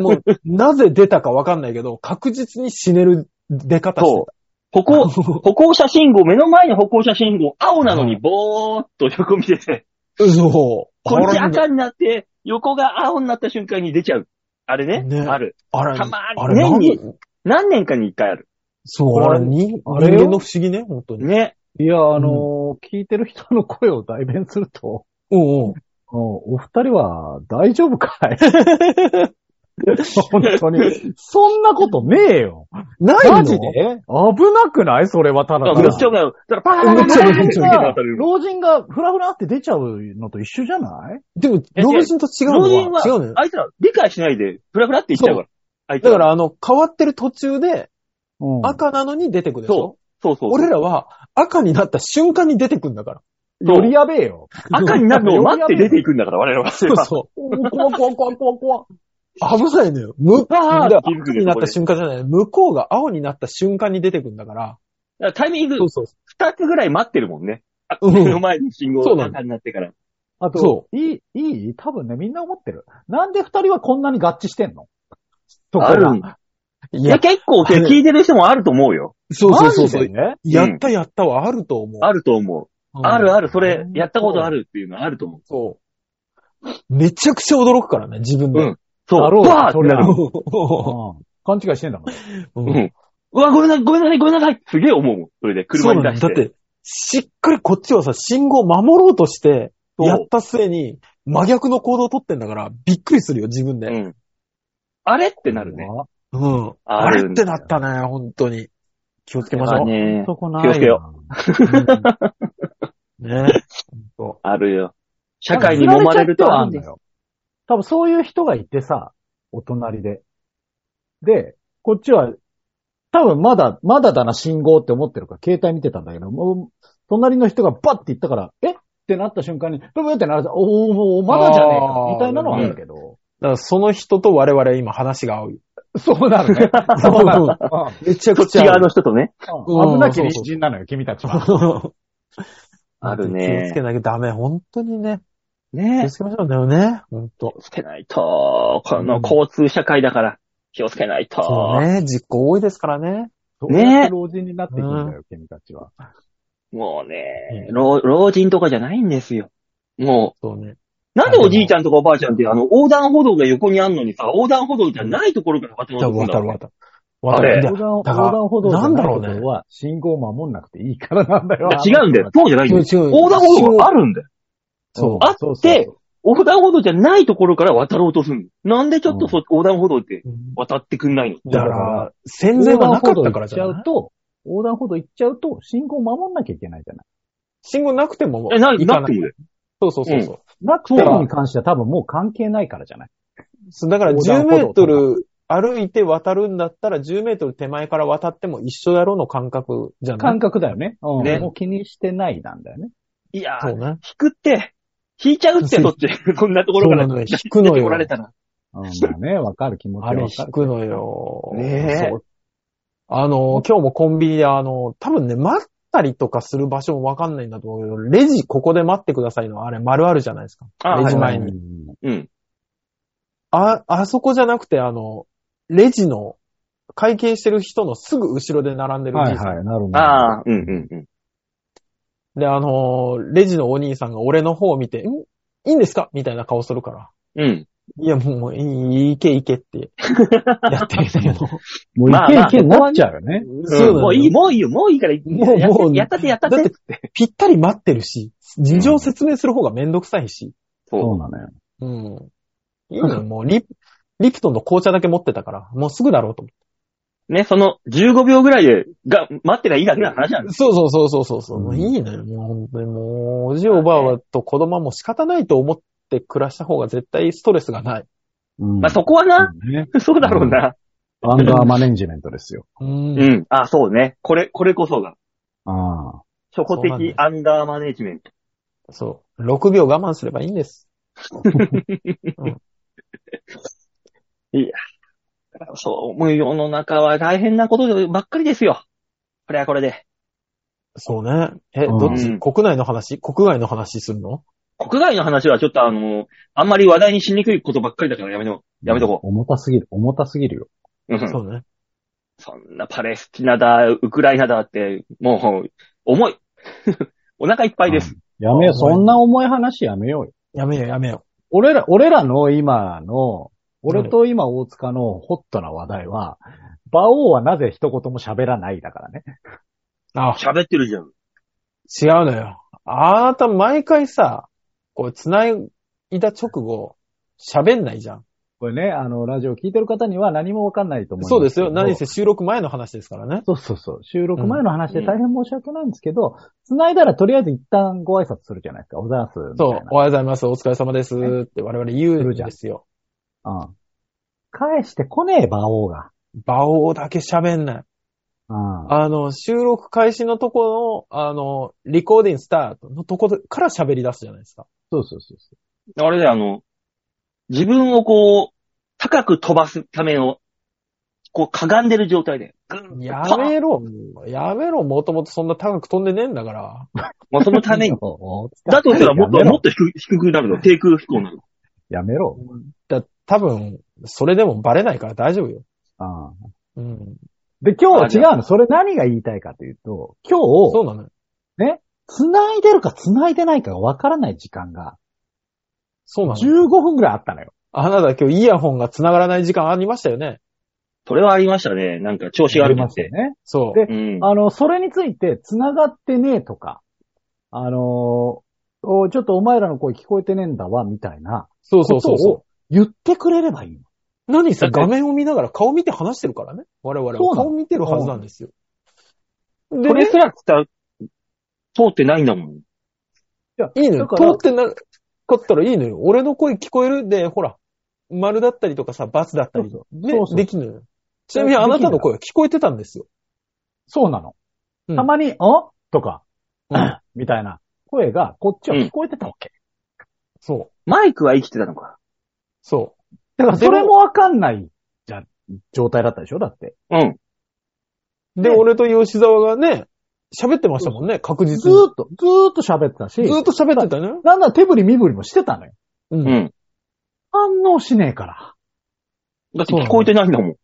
Speaker 3: もう、なぜ出たかわかんないけど、確実に死ねる出方して
Speaker 2: 歩行、歩行者信号、目の前に歩行者信号、青なのにぼーっと横見てて、
Speaker 3: た。そう。
Speaker 2: こっち
Speaker 3: あれ
Speaker 2: 赤になって、横が青になった瞬間に出ちゃう。あれね。
Speaker 3: ね
Speaker 2: ある。
Speaker 3: あれ、
Speaker 2: たまに
Speaker 3: あれ
Speaker 2: 年に
Speaker 3: なん
Speaker 2: 何年かに一回ある。
Speaker 3: そう、あれ、に人
Speaker 4: あれよ
Speaker 3: 間の不思議ね、本当に。
Speaker 2: ね。
Speaker 4: いや、あのー聞いてる人の声を代弁すると、
Speaker 3: うんうん。
Speaker 4: おお二人は大丈夫かい本当に。そんなことねえよ。
Speaker 3: ないの
Speaker 4: マジで危なくないそれはただ
Speaker 2: あ
Speaker 4: た
Speaker 2: ぶっ
Speaker 4: だ。
Speaker 2: ちょが、だからパー
Speaker 4: あ
Speaker 2: ン
Speaker 4: の
Speaker 2: って
Speaker 4: さ
Speaker 2: 当たる。
Speaker 4: 老人がフラフラって出ちゃうのと一緒じゃない
Speaker 3: でも、
Speaker 2: え
Speaker 3: 老人と違う
Speaker 2: 老人
Speaker 3: のは、違うの
Speaker 2: は
Speaker 3: よ、。
Speaker 2: あいつら理解しないで、フラフラって言っちゃうから。あいつ
Speaker 3: だから、あの、変わってる途中で、
Speaker 4: うん
Speaker 3: 赤なのに出てくるでしょ、
Speaker 2: そうそうそう。
Speaker 3: 俺らは、赤になった瞬間に出てくんだから。
Speaker 4: よりやべえよ。
Speaker 2: 赤になるのを待って出ていくんだから、我々は。
Speaker 3: そうそう。怖怖怖怖怖。危ないのよ。向こう
Speaker 2: あー
Speaker 3: が
Speaker 2: 気づくで
Speaker 3: 赤
Speaker 2: しょ
Speaker 3: になっ
Speaker 2: こ
Speaker 3: た
Speaker 2: れ
Speaker 3: 瞬間じゃない。向こうが青になった瞬間に出てくんだから。
Speaker 2: だからタイミング
Speaker 3: そうそう。
Speaker 2: 二つぐらい待ってるもんね。あ
Speaker 3: うん
Speaker 2: 目の前の信号
Speaker 3: そう
Speaker 2: が
Speaker 3: なの
Speaker 2: 赤になってから。
Speaker 4: あと
Speaker 3: そ、
Speaker 4: いい、いい多分ね、みんな思ってる。なんで二人はこんなに合致してんのとか。
Speaker 2: あるん
Speaker 3: い
Speaker 2: いや、
Speaker 3: や、
Speaker 2: 結構
Speaker 3: ある
Speaker 2: 聞いてる人もあると思うよ。
Speaker 3: そうそうそうそ
Speaker 4: マ
Speaker 3: う
Speaker 4: ジ。でね。
Speaker 3: やったやったはあると思う。
Speaker 2: あると思う。あるある、それ、やったことあ
Speaker 3: る。
Speaker 2: るっていうのはあると思う。
Speaker 3: そう。めちゃくちゃ驚くからね、自分で。
Speaker 2: うんそう。
Speaker 4: だろう
Speaker 2: バー
Speaker 4: そ
Speaker 2: って
Speaker 4: りゃ
Speaker 2: なる。
Speaker 4: うん勘違いしてんだもん。
Speaker 3: うん
Speaker 2: うん。うわ、ごめんなさい、ごめんなさい、ごめんなさい。すげえ思うもん。それで、車に出して。
Speaker 3: そうなのだって、しっかりこっちはさ、信号守ろうとして、
Speaker 2: そう
Speaker 3: やった末に、真逆の行動をとってんだから、びっくりするよ、自分で。
Speaker 2: うん。あれってなるね。
Speaker 3: うん。
Speaker 2: あ
Speaker 3: あ
Speaker 2: る
Speaker 3: れ
Speaker 2: ん
Speaker 3: っ
Speaker 2: だよ
Speaker 3: てなったね、本当に。気をつけまし
Speaker 2: あ
Speaker 3: ょう。ね
Speaker 2: ね
Speaker 4: そこない
Speaker 2: 気をつけよ
Speaker 3: ね本
Speaker 2: あるよ。社会に揉まれると
Speaker 4: あ
Speaker 2: あ
Speaker 4: ん
Speaker 2: るん
Speaker 4: だ
Speaker 2: だよ。
Speaker 4: よ。多分そういう人がいてさ、お隣で。で、こっちは、多分まだ、まだだな信号って思ってるから、携帯見てたんだけど、もう、隣の人がバッて言ったから、えってなった瞬間に、ブブってなるおーもうまだじゃねえか
Speaker 3: あ、ー
Speaker 4: みたいなのはあるけど。
Speaker 3: だからその人と我々今話が合うよ。
Speaker 4: そうなるね。 そうなる。
Speaker 3: めちゃ
Speaker 2: そっ
Speaker 3: く
Speaker 2: ち
Speaker 3: ちゃ合
Speaker 2: 側
Speaker 3: う
Speaker 2: の人とね。
Speaker 4: うん危なき隣人なのよ、君たちは。
Speaker 2: あるね
Speaker 3: 気をつけなきゃダメ、本当にね。気
Speaker 2: ね
Speaker 3: をつけましょうね、本当。
Speaker 2: 気をつけないと、この交通社会だから、気をつけない
Speaker 3: そう
Speaker 2: と。
Speaker 3: ね、実行多いですからね。
Speaker 4: どうやって老人になっていくんだよ、君たちは。
Speaker 2: もうね
Speaker 3: う、
Speaker 2: 老老人とかじゃないんですよ。も
Speaker 3: そうね。
Speaker 2: う、なんでおじいちゃんとかおばあちゃんって、あの、横断歩道が横にあんのにさ、横断歩道じゃないところから渡ろう
Speaker 3: じゃあ、
Speaker 2: とするんだ
Speaker 3: 渡る
Speaker 2: ろうね
Speaker 3: 渡る。渡
Speaker 2: あれ
Speaker 3: る。いや
Speaker 4: 横断、横
Speaker 3: だから
Speaker 4: 断歩道じゃ
Speaker 3: なんだ
Speaker 4: な
Speaker 3: ろ
Speaker 4: いと
Speaker 3: う
Speaker 4: こ
Speaker 3: ね
Speaker 4: ろは、信号を守んなくていいからなんだよ。
Speaker 2: いや違うんだよ。そうじゃないんだよ。
Speaker 3: 違う違う
Speaker 2: 横断歩道があるんだよ。
Speaker 3: そう。
Speaker 2: あって
Speaker 4: そうそうそう
Speaker 2: 横断歩道じゃないところから渡ろうとするの。なんでちょっとそ、横断歩道って渡ってくんないの
Speaker 3: だから、戦前はなかったからじゃ
Speaker 4: 横断歩道行っちゃ
Speaker 3: な
Speaker 4: う
Speaker 3: い
Speaker 4: と、横断歩道行っちゃうと、信号守んなきゃいけないじゃない。
Speaker 3: 信号なくても、
Speaker 2: え、な、
Speaker 3: 行
Speaker 2: な
Speaker 3: か
Speaker 2: っ
Speaker 3: な
Speaker 2: て
Speaker 3: い。
Speaker 2: くる。
Speaker 3: そうそうそうそう。
Speaker 4: なくてもに関しては多分もう関係ないからじゃない。
Speaker 3: そうだから
Speaker 4: 横断
Speaker 3: 10
Speaker 4: 歩道
Speaker 3: メートル歩いて渡るんだったら10メートル手前から渡っても一緒やろの感覚じゃない
Speaker 4: 感覚だよね。うん
Speaker 2: ね
Speaker 4: もう気にしてないなんだよね。
Speaker 2: いやー
Speaker 3: そう、ね。
Speaker 2: 引くって、引いちゃうって、
Speaker 3: そう
Speaker 2: そっ ち。こんなところから
Speaker 3: そうなのよ
Speaker 2: 出て
Speaker 3: 引くのよ
Speaker 2: 出てこられたら。
Speaker 4: うん、まあね、わかる気持ちは
Speaker 3: あれ
Speaker 4: わか
Speaker 3: 引
Speaker 4: る。
Speaker 3: くのよ。
Speaker 2: ねえ
Speaker 3: そうあの、今日もコンビニであの、多分ね、待ったりとかする場所もわかんないんだと思うけど、レジここで待ってくださいの、あれ丸あるじゃないですか。
Speaker 2: あ
Speaker 3: レジ
Speaker 2: はい
Speaker 3: 前に。
Speaker 4: うん
Speaker 2: うん。
Speaker 3: あ、あそこじゃなくて、あの、レジの、会計してる人のすぐ後ろで並んでる
Speaker 4: は
Speaker 3: じ
Speaker 4: い
Speaker 3: いさん
Speaker 4: はい、なるほど。
Speaker 2: ああ、うんうんうん。
Speaker 3: で、あのーレジのお兄さんが俺の方を見て、んいいんですかみたいな顔するから。
Speaker 2: うん。
Speaker 3: いや、もうもう、いい、いけいけ って、やってるんだけど。
Speaker 4: もう
Speaker 2: まあまあ
Speaker 4: いけいけになっち ゃうよね。
Speaker 3: そう
Speaker 2: う
Speaker 3: なんの
Speaker 2: もういい、もういいよ、もういいから、
Speaker 3: もう
Speaker 2: やってや
Speaker 3: もう
Speaker 2: ったってやったっ
Speaker 3: だってて。、ぴったり待ってるし、事情説明する方がめんどくさいし。
Speaker 4: そ
Speaker 2: そう
Speaker 4: なのよ。
Speaker 3: うん。いいのよもう、リ、リプトンの紅茶だけ持ってたから、もうすぐだろうと思っ
Speaker 2: う。ね、その15秒ぐらいで、が、待ってりゃいいだけの話なんで
Speaker 3: て。そうそうそうそうそうそう。もう
Speaker 4: うん
Speaker 3: いいのよ。もう、本当にもう、おじいおばあはと子供はもう仕方ないと思って暮らした方が絶対ストレスがない。
Speaker 4: うん
Speaker 2: まあそこはな、
Speaker 4: うんね
Speaker 2: そうだろうな。
Speaker 4: アンガーマネジメントですよ。
Speaker 3: う
Speaker 2: うんん。あ、そうね。これ、これこそが。
Speaker 4: ああ。
Speaker 2: 初歩
Speaker 3: そうなん
Speaker 2: 的
Speaker 3: です
Speaker 2: アンダーマネジメント。
Speaker 3: そう。6秒我慢すればいいんです。
Speaker 2: そう、もう世の中は大変なことばっかりですよ。これはこれで。
Speaker 3: そうね。え、
Speaker 4: うん
Speaker 3: どっち、
Speaker 2: うん
Speaker 3: 国内の話国外の話するの
Speaker 2: 国外の話はちょっとあの、あんまり話題にしにくいことばっかりだからやめの、やめとこ
Speaker 4: 重たすぎる、重たすぎるよ。
Speaker 2: う。うん
Speaker 3: そうね。
Speaker 2: そんなパレスチナだ、ウクライナだって、もう、重い。 お腹いっぱいです。
Speaker 4: やめよ
Speaker 3: あ
Speaker 4: う、そんな重い話やめようよ。
Speaker 3: やめよやめよ。
Speaker 4: 俺ら、俺らの今の、俺と今大塚のホットな話題は、馬王はなぜ一言も喋らないだからね。
Speaker 3: あ、
Speaker 2: 喋ってるじゃん。
Speaker 3: 違うのよ。あなた毎回さ、こう、繋いだ直後、喋んないじゃん。
Speaker 4: これね、あの、ラジオ聞いてる方には何もわかんないと思います。
Speaker 3: そうですよ。何せ収録前の話ですからね。
Speaker 4: そうそうそう。収録前の話で大変申し訳ないんですけど、繋いだらとりあえず一旦ご挨拶するじゃないですか。おざやす。みた
Speaker 3: そう
Speaker 4: いな。、
Speaker 3: おはようございます。お疲れ様です。って我々言うんですよ。
Speaker 4: うん。返してこねえ、馬王が。
Speaker 3: 馬王だけ喋んない。
Speaker 4: うん。
Speaker 3: あの、収録開始のとこの、あの、リコーディングスタートのとこから喋り出すじゃないですか。
Speaker 4: そうそうそうそ
Speaker 2: あれだよ、あの、自分をこう、高く飛ばすための、こう、かがんでる状態で。ぐん
Speaker 3: や
Speaker 2: パーン
Speaker 3: めろ。やめろ。もともとそんな高く飛んでねえんだから。
Speaker 2: もうそのた
Speaker 4: う。
Speaker 2: めに。
Speaker 4: おお
Speaker 2: だとしたらもっと、
Speaker 4: やめろ
Speaker 2: もっと低く低くなるの。低空飛行なの。
Speaker 4: やめろ。
Speaker 3: だ多分、それでもバレないから大丈夫よ。
Speaker 4: うん。
Speaker 3: うん。
Speaker 4: で、今
Speaker 2: あ
Speaker 4: 日
Speaker 2: じ
Speaker 4: 違
Speaker 2: ゃあ
Speaker 4: うの。それ何が言いたいかというと、今
Speaker 3: そ
Speaker 4: 日、
Speaker 3: うなのよ。
Speaker 4: 繋いでるか繋いでないかがわからない時間が、
Speaker 3: そうなのよ。
Speaker 4: 15分くらいあったのよ。
Speaker 3: あなた今日イヤホンが繋がらない時間ありましたよね。
Speaker 2: それはありましたね。なんか調子
Speaker 4: あ
Speaker 2: 悪
Speaker 4: り
Speaker 2: く
Speaker 4: ま
Speaker 2: っ
Speaker 4: すよ
Speaker 2: て。
Speaker 4: ね。
Speaker 3: そ
Speaker 4: で
Speaker 3: う。
Speaker 2: うん。
Speaker 4: あの、それについて、繋がってねえとか、あのーおちょっとお前らの声聞こえてねえんだわ、みたいな
Speaker 3: そうそ
Speaker 4: こ
Speaker 3: う
Speaker 4: と
Speaker 3: そうそ
Speaker 4: を言ってくれればいいの。
Speaker 3: う。何さ、
Speaker 2: だって
Speaker 3: 画面を見ながら顔見て話してるからね。我々
Speaker 4: そう
Speaker 3: は
Speaker 4: なの
Speaker 3: 顔見てるはずなんですよ。で
Speaker 2: それ
Speaker 3: ね、
Speaker 2: すら伝わ通ってないんだもん。
Speaker 3: いいの
Speaker 4: だ
Speaker 3: よ。
Speaker 4: か
Speaker 3: 通
Speaker 4: ら
Speaker 3: ってなる、かったらいいのよ。俺の声聞こえるで、ほら、丸だったりとかさ、バツだったり
Speaker 4: そう、
Speaker 3: ね
Speaker 4: そうそう
Speaker 3: できるのよ。ちなみにあなたの声は聞こえてたんですよ。
Speaker 4: そうなの。
Speaker 3: うん
Speaker 4: たまに、あとか、
Speaker 3: うん
Speaker 4: みたいな声が、こっちは聞こえてたわけ。
Speaker 3: そう。
Speaker 2: マイクは生きてたのか。
Speaker 3: そ
Speaker 4: だから、それもわかんない、じゃ、状態だったでしょだって。
Speaker 2: うん。
Speaker 3: う。で、
Speaker 4: ね
Speaker 3: 俺と吉沢がね、喋ってましたもんね、確
Speaker 4: ず
Speaker 3: 実に。
Speaker 4: ーっと、ずーっと喋ってたし、
Speaker 3: ずーっと喋ってたね。
Speaker 4: なんなら手振り身振りもしてたのよ。
Speaker 3: うん
Speaker 2: うん。
Speaker 4: 反応しねえから。
Speaker 2: だって聞こえてないんだもん。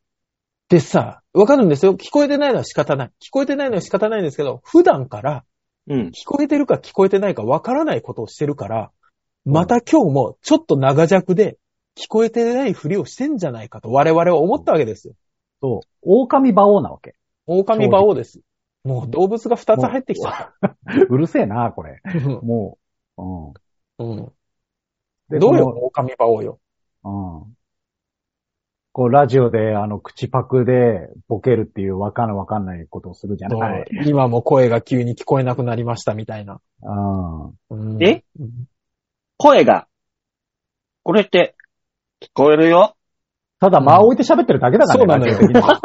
Speaker 3: でさ、わかるんですよ。聞こえてないのは仕方ない。聞こえてないのは仕方ないんですけど、普段から
Speaker 2: うん。
Speaker 3: 聞こえてるか聞こえてないかわからないことをしてるから、また今日もちょっと長尺で聞こえてないふりをしてんじゃないかと我々は思ったわけですよ。
Speaker 4: そう。狼馬王なわけ。
Speaker 3: 狼馬王です。もう動物が2つ入ってきちゃった。
Speaker 4: うるせえな、これ。
Speaker 3: う
Speaker 4: もう。うん。
Speaker 3: ん
Speaker 4: で
Speaker 3: どうよ、
Speaker 4: こ
Speaker 3: 狼馬王よ。
Speaker 4: のうん。こう、ラジオで、あの、口パクで、ボケるっていう、わかんないわかんないことをするじゃない。
Speaker 3: どう今も声が急に聞こえなくなりましたみたいな。
Speaker 4: うん。
Speaker 3: うん
Speaker 2: え声が。これって、聞こえるよ。
Speaker 4: ただ、間を置いて喋ってるだけだから
Speaker 3: そうなのよ
Speaker 4: ラジオ的には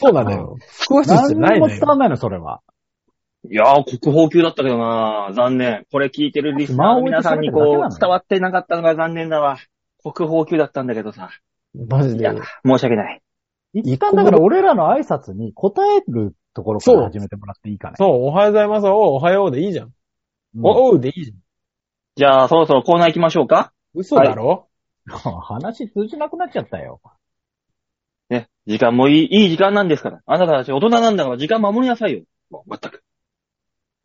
Speaker 3: そうなのよ。少しずつじゃ
Speaker 4: 何
Speaker 3: ない
Speaker 4: にも
Speaker 3: の
Speaker 4: 伝
Speaker 3: よ。
Speaker 4: わんないの、それは。
Speaker 2: いやー、国宝級だったけどな残念。これ聞いてるリスナーの皆さんにこう、伝わってなかったのが残念だわ。国宝級だったんだけどさ。
Speaker 3: マジ
Speaker 2: い
Speaker 3: で
Speaker 2: や。、申し訳ない。
Speaker 4: 一旦、だから俺らの挨拶に答えるところから始めてもらっていいかね。
Speaker 3: そう、おはようございます。おうおはようでいいじゃん。
Speaker 4: も
Speaker 3: おうでいいじゃん。
Speaker 2: じゃあ、そろそろコーナー行きましょうか。
Speaker 3: 嘘だろ、
Speaker 4: う話通じなくなっちゃったよ。
Speaker 2: ね。時間もいい、いい時間なんですから。あなたたち大人なんだから時間守りなさいよ。もう、まったく。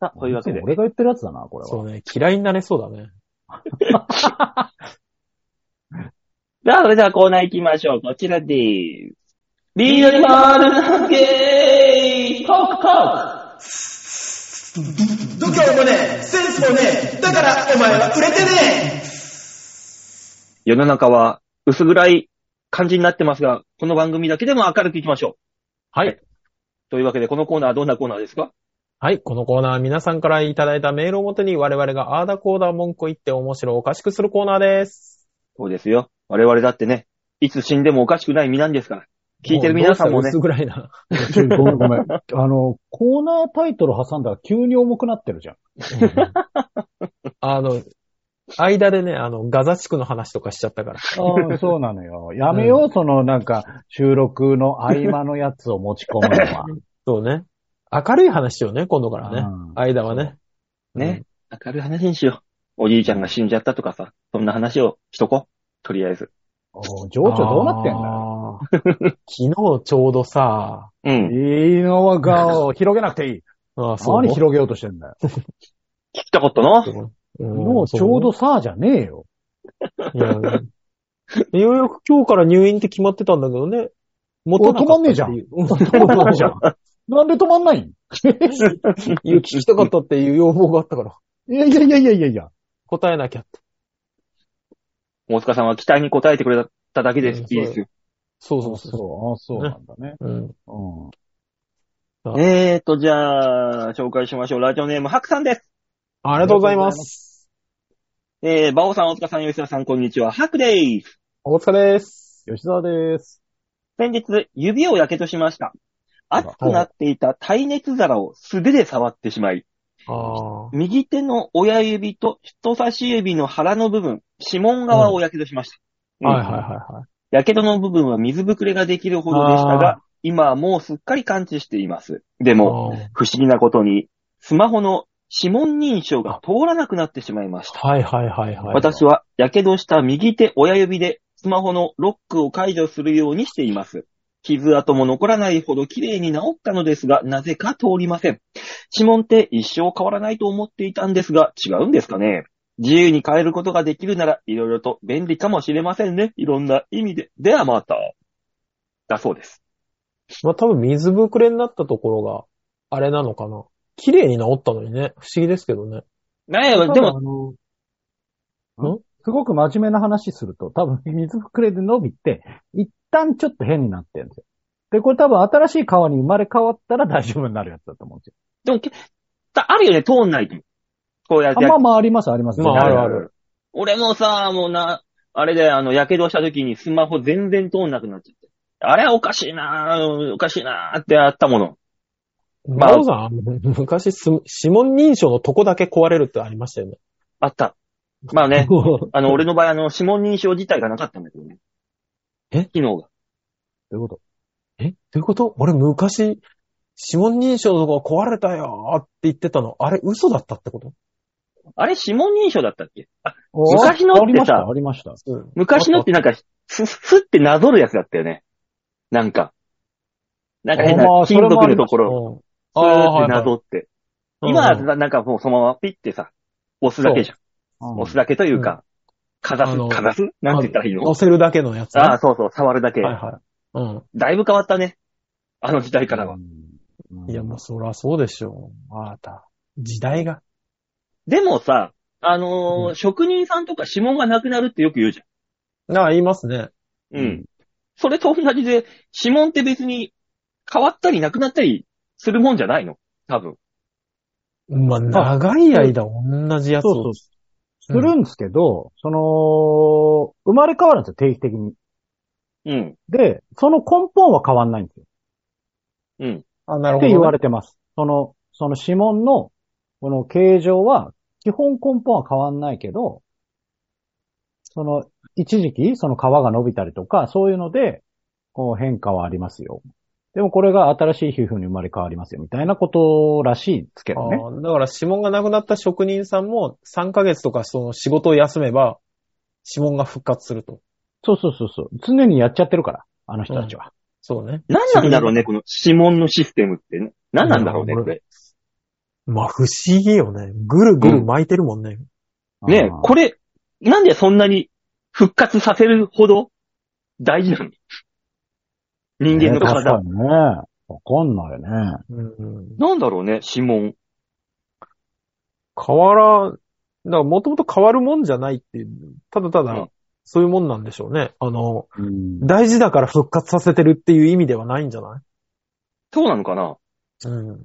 Speaker 2: さあ、というわけで。
Speaker 4: 俺が言ってるやつだな、これは。
Speaker 3: そうね、嫌いになれそうだね。
Speaker 2: じゃあ、それではコーナー行きましょう。こちらでーす。リードバールのゲーコークコーク
Speaker 1: 度胸もねえ、センスもねえ、だからお前は売れてねえ
Speaker 2: 世の中は薄暗い感じになってますが、この番組だけでも明るくいきましょう。
Speaker 3: はい。
Speaker 2: というわけで、このコーナーはどんなコーナーですか
Speaker 3: はい、このコーナーは皆さんからいただいたメールをもとに我々がアーダコーダー文句を言って面白おかしくするコーナーです。
Speaker 2: そうですよ。我々だってね、いつ死んでもおかしくない身なんですから。聞いてる皆さんもね
Speaker 3: どうしたら薄暗いな。
Speaker 4: ちょごめんごめん。あの、コー ナータイトル挟んだら急に重くなってるじゃん。
Speaker 3: あの、間でね、あの、ガザ地区の話とかしちゃったから。
Speaker 4: ああそうなのよ。 やめよう、そのなんか、収録の合間のやつを持ち込むのは。
Speaker 3: そうね。明るい話よね、今度からね。
Speaker 4: うん
Speaker 3: 間はね。
Speaker 2: ね。明るい話にしよう。おじいちゃんが死んじゃったとかさ、そんな話をしとこう。とりあえず。
Speaker 4: おう情緒どうなってんだ
Speaker 3: だ昨日ちょうどさ、
Speaker 2: うん。
Speaker 4: いいのは顔を広げなくていい。
Speaker 3: ああ、そう。
Speaker 4: 何広げようとしてんだよ。
Speaker 2: 聞きたかった な。
Speaker 4: もうちょうどさあじゃねえよ。
Speaker 3: いやようやく今日から入院って決まってたんだけどね。元なかったっていう
Speaker 4: 止まん ないじゃん。 なんで止まんないん
Speaker 3: いう聞きたかったっていう要望があったから、
Speaker 4: いやいやいやいやいやいや。
Speaker 3: 答えなきゃって。
Speaker 2: 大塚さんは期待に応えてくれただけです。
Speaker 3: うん
Speaker 2: いいですよ。
Speaker 3: そうそ
Speaker 4: そうう
Speaker 3: そ
Speaker 4: そう。あそうなんだね。
Speaker 3: う。うん。
Speaker 4: うん。
Speaker 3: そう
Speaker 2: えーと、じゃあ、紹介しましょう。ラジオネーム、ハクさんです。
Speaker 3: ありがとうございます。
Speaker 2: えー、バオさん、大塚さん、吉田さん、こんにちは。ハクでーす。
Speaker 3: お疲れです。
Speaker 4: 吉沢です。
Speaker 2: 先日、指を火傷しました。熱くなっていた耐熱皿を素手で触ってしまい、
Speaker 3: ああ。
Speaker 2: 右手の親指と人差し指の腹の部分、指紋側を火傷しました。
Speaker 3: はいはい
Speaker 2: い。
Speaker 3: はいは
Speaker 2: 火
Speaker 3: い。
Speaker 2: 傷の部分は水ぶくれができるほどでした
Speaker 3: あ
Speaker 2: が、今はもうすっかり感知しています。でも、
Speaker 3: あ
Speaker 2: 不思議なことに、スマホの指紋認証が通らなくなってしまいました。
Speaker 3: あはいはいはいはい。
Speaker 2: 私は、火傷した右手親指で、スマホのロックを解除するようにしています。傷跡も残らないほど綺麗に治ったのですが、なぜか通りません。指紋って一生変わらないと思っていたんですが、違うんですかね自由に変えることができるなら、いろいろと便利かもしれませんね。いろんな意味で。ではまた。だそうです。
Speaker 3: まあ多分水ぶくれになったところが、あれなのかな。綺麗に治ったのにね。不思議ですけどね。
Speaker 2: ねえ、でも、
Speaker 4: も、あ
Speaker 3: ん
Speaker 4: の、すごく真面目な話すると、多分水膨れで伸びて、一旦ちょっと変になってるんですよ。で、これ多分新しい川に生まれ変わったら大 丈夫になるやつだと思うんですよ。
Speaker 2: でも、けあるよね、通んないと。こうやっ
Speaker 4: あ、
Speaker 2: て
Speaker 4: まあまああります、あります。
Speaker 3: まああるある
Speaker 2: 俺もさ、もうな、あれで、あの、やけどした時にスマホ全然通んなくなっちゃって。あれはおかしいなぁ、おかしいなぁってあったもの。まあ
Speaker 3: バオさん、昔す、指紋認証のとこだけ壊れるってありましたよね。
Speaker 2: あった。まあ ね、あの、俺の場合、あの、指紋認証自体がなかったんだけどね。
Speaker 3: え
Speaker 2: 機能が。
Speaker 4: ということ。
Speaker 3: えどういうこと俺昔、指紋認証のとこ壊れたよーって言ってたの。あれ嘘だったってこと
Speaker 2: あれ、指紋認証だったっけあ昔
Speaker 4: 昔
Speaker 2: のってさ
Speaker 4: ありました、ありました。
Speaker 3: うん。
Speaker 2: 昔のってなんか、す、すってなぞるやつだったよね。なんか。なんか変な
Speaker 4: あまあそれ
Speaker 2: 金
Speaker 4: もあり
Speaker 2: 属のところ、
Speaker 3: うん
Speaker 2: すーってなぞって。
Speaker 3: うん
Speaker 2: 今はななんかもうそのままピッてさ、押すだけじゃん。押すだけというか、かざす
Speaker 3: あ、の
Speaker 2: かざすなんて言ったらいいの
Speaker 3: 押せるだけのやつね、
Speaker 2: ああ、そうそう、触るだけ。
Speaker 3: はいはい。うん。
Speaker 2: だいぶ変わったね。あの時代からは。
Speaker 4: うん。
Speaker 3: いや、もうそらそうでしょう。また、時代が。
Speaker 2: でもさ、あのー
Speaker 3: うん
Speaker 2: 職人さんとか指紋がなくなるってよく言うじ
Speaker 3: なあ、言いますね。
Speaker 2: ゃん。うん。それと同じで、指紋って別に変わったりなくなったりするもんじゃないの多分。
Speaker 3: まあ、長い間同じやつ
Speaker 4: そうそ
Speaker 3: を
Speaker 4: う。。するんですけど、その、生まれ変わるんですよ、定期的に。
Speaker 2: うん。
Speaker 4: で、その根本は変わんないんですよ。
Speaker 3: あ、なる
Speaker 4: っ
Speaker 3: ほど、
Speaker 4: て言われてます。その、その指紋の、この形状は、基本根本は変わんないけど、その、一時期、その皮が伸びたりとか、そういうので、こう変化はありますよ。でもこれが新しい皮膚に生まれ変わりますよ、みたいなことらしいんですけどね。
Speaker 3: ああだから指紋がなくなった職人さんも3ヶ月とかその仕事を休めば指紋が復活すると。
Speaker 4: そうそうそうそう。常にやっちゃってるから、あの人たちは。
Speaker 3: そうね。
Speaker 2: 何なんだろうね、この指紋のシステムって、ね。何なんだろうね、
Speaker 3: うん
Speaker 2: これ。
Speaker 3: まあ不思議よね。ぐるぐる巻いてるもんね。
Speaker 2: ねえ
Speaker 4: あー
Speaker 2: これ、なんでそんなに復活させるほど大事なの人間の
Speaker 4: ね確
Speaker 2: 体
Speaker 4: か。にね。わかんないね。
Speaker 3: うん
Speaker 2: なんだろうね、指紋。
Speaker 3: 変わら、だからもともと変わるもんじゃないっていう、ただた
Speaker 2: う
Speaker 3: だ
Speaker 2: ん、
Speaker 3: そういうもんなんでしょうね。あの、
Speaker 4: うん
Speaker 3: 大事だから復活させてるっていう意味ではないんじゃない
Speaker 2: そうなのかな
Speaker 3: うん。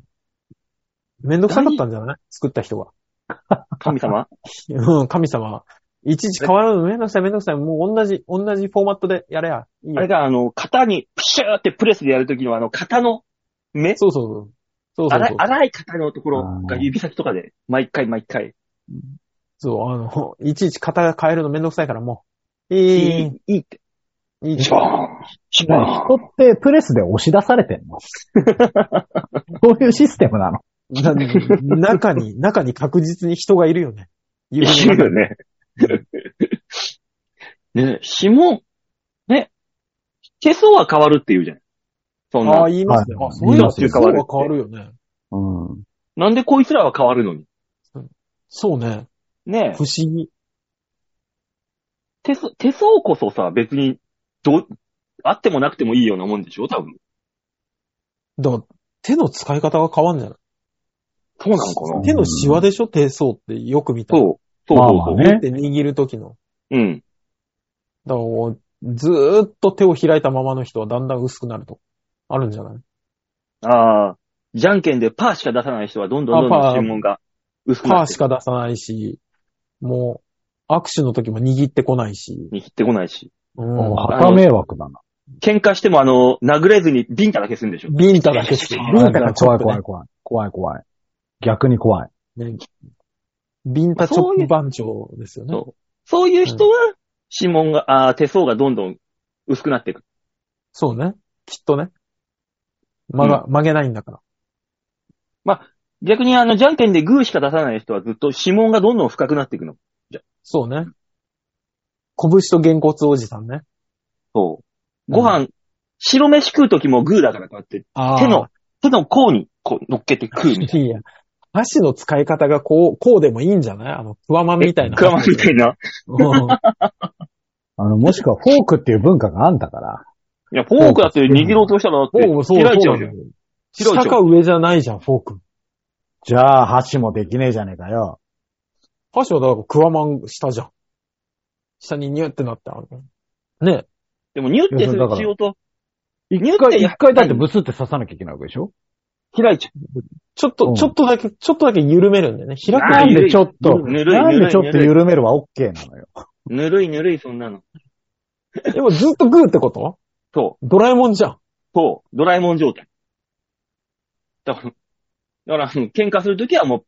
Speaker 3: めんどくさかったんじゃない作った人が。
Speaker 2: 神様
Speaker 3: うん、神様は。いちいち変わるのめんどくさいめんどくさい。もう同じ、同じフォーマットでやれや。いい
Speaker 2: あれ
Speaker 3: や。
Speaker 2: が、あの、型に、プシューってプレスでやるときの、あの、型の目
Speaker 3: そうそうそう。そうそう
Speaker 2: 粗い
Speaker 3: そう。
Speaker 2: 粗い型のところが指先とかで、毎回毎回。
Speaker 3: そう、あの、いちいち型変えるのめんどくさいからもう。いい、い
Speaker 2: いいって。
Speaker 3: い、いい。
Speaker 2: ショーンショーン
Speaker 4: 人ってプレスで押し出されてんの こういうシステムなの
Speaker 3: な中 に、中に確実に人がいるよね。
Speaker 2: いるよね。 ね、指紋、ね、手相は変わるって言うじゃん。そん
Speaker 3: あ
Speaker 2: な
Speaker 3: あ、。言いますね。
Speaker 4: はい
Speaker 3: あ、そういうのって変わる。
Speaker 2: そう
Speaker 3: 変わるよね。
Speaker 4: うん。
Speaker 2: なんでこいつらは変わるのに。
Speaker 3: そうね。
Speaker 2: ね
Speaker 3: 不思議。
Speaker 2: 手相、手相こそさ、別に、どう、あってもなくてもいいようなもんでしょ多分。
Speaker 3: だから、手の使い方が変わんじゃない
Speaker 2: そうなのかな
Speaker 3: 手のシワでしょ手相ってよく見たら。
Speaker 2: そう。そうそうそう。
Speaker 4: まあまあね
Speaker 3: で、握る時の。
Speaker 2: うん。
Speaker 3: だからこう、ずーっと手を開いたままの人はだんだん薄くなると。あるんじゃない
Speaker 2: ああ、じゃんけんでパーしか出さない人はどんどんどんどん
Speaker 3: あパー
Speaker 2: 指紋が薄く
Speaker 3: パ
Speaker 2: な
Speaker 3: ー
Speaker 2: っ
Speaker 3: してか出さないし、もう、握手の時も握ってこないし。
Speaker 2: 握ってこないし。
Speaker 3: うん。
Speaker 4: はた迷惑だな。
Speaker 2: 喧嘩してもあの、殴れずにビンタだけするんでしょ
Speaker 3: ビンタだけして。ビンタがちょっ
Speaker 4: 怖い
Speaker 3: と
Speaker 4: 怖い怖い。怖い怖い。逆に怖い。
Speaker 3: ね。ねビンタチョップ番長ですよね。
Speaker 2: そう。そういう人は、指紋が、ああ、手相がどんどん薄くなっていく。
Speaker 3: そうね。きっとね。曲が、曲げないんだから。
Speaker 2: 逆にあの、じゃんけんでグーしか出さない人はずっと指紋がどんどん深くなっていくの。
Speaker 3: そうね。拳と原骨おじさんね。
Speaker 2: そう。ご飯、白飯食う時もグーだからこうやって、
Speaker 3: あ
Speaker 2: 手の、手の甲にこう乗っけて食う みたい
Speaker 3: いや、箸の使い方がこう、こうでもいいんじゃないあの、クワマンみたい
Speaker 2: な。
Speaker 3: な。
Speaker 2: クワマンみたいな。
Speaker 3: うん。
Speaker 4: あの、もしくはフォークっていう文化があんだから。
Speaker 2: いや、フォークだって握ろうとしたらだって、
Speaker 3: フォークそう
Speaker 2: 開いちゃうじゃん。
Speaker 3: そ
Speaker 2: 開
Speaker 3: う
Speaker 2: いちゃう
Speaker 3: 下か上じゃないじゃん、フォーク。
Speaker 4: じゃあ、箸もできねえじゃねえかよ。
Speaker 3: 箸はだからクワマン下じゃん。下にニュってなってある。ね
Speaker 2: でもニュってするしようと、ニュ
Speaker 4: 一
Speaker 2: って
Speaker 4: 回、
Speaker 2: や
Speaker 4: 一回だってブスって刺さなきゃいけないわけでしょ
Speaker 2: 開いちゃ
Speaker 3: ちょっと、
Speaker 4: うん
Speaker 3: ちょっとだけ、ちょっとだけ緩めるんだよね。開
Speaker 2: あ
Speaker 4: な
Speaker 2: ー
Speaker 4: ん
Speaker 2: 緩
Speaker 4: で
Speaker 2: い
Speaker 4: ちょっと、
Speaker 2: 緩い緩い
Speaker 4: なんでちょっと緩めるは OK なのよ。
Speaker 2: う。ぬるいぬるい、そんなの。
Speaker 3: く。でもずっとグーってこと
Speaker 2: そう。
Speaker 3: ドラえもんじゃん。
Speaker 2: そう、ドラえもん状態。だから、だから、喧嘩するときはも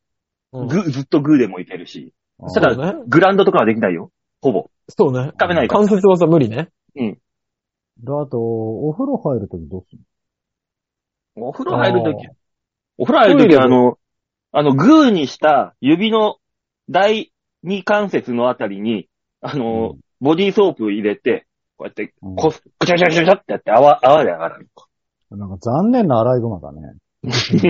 Speaker 3: う
Speaker 2: う、
Speaker 3: ん
Speaker 2: グー、ずっとグーでもいけるし、た
Speaker 3: そう
Speaker 2: だ
Speaker 3: ね。
Speaker 2: グランドとかはできないよ。ほぼ。
Speaker 3: そうね。
Speaker 2: 食べないから。
Speaker 3: 関節技無理ね。
Speaker 4: であと、お風呂入るときどうする
Speaker 2: お風呂入るとき
Speaker 3: あー、
Speaker 2: お風呂入ると
Speaker 3: トイレ
Speaker 2: き
Speaker 3: も
Speaker 2: あの、あの、グーにした指の第二関節のあたりに、あの、
Speaker 4: う
Speaker 2: ボディーソープ入れて、こうやって、
Speaker 4: うん
Speaker 2: こす、ぐちゃぐちゃぐちゃぐちゃってやって、泡、泡で上がる。
Speaker 4: なんか残念なアライグマだね。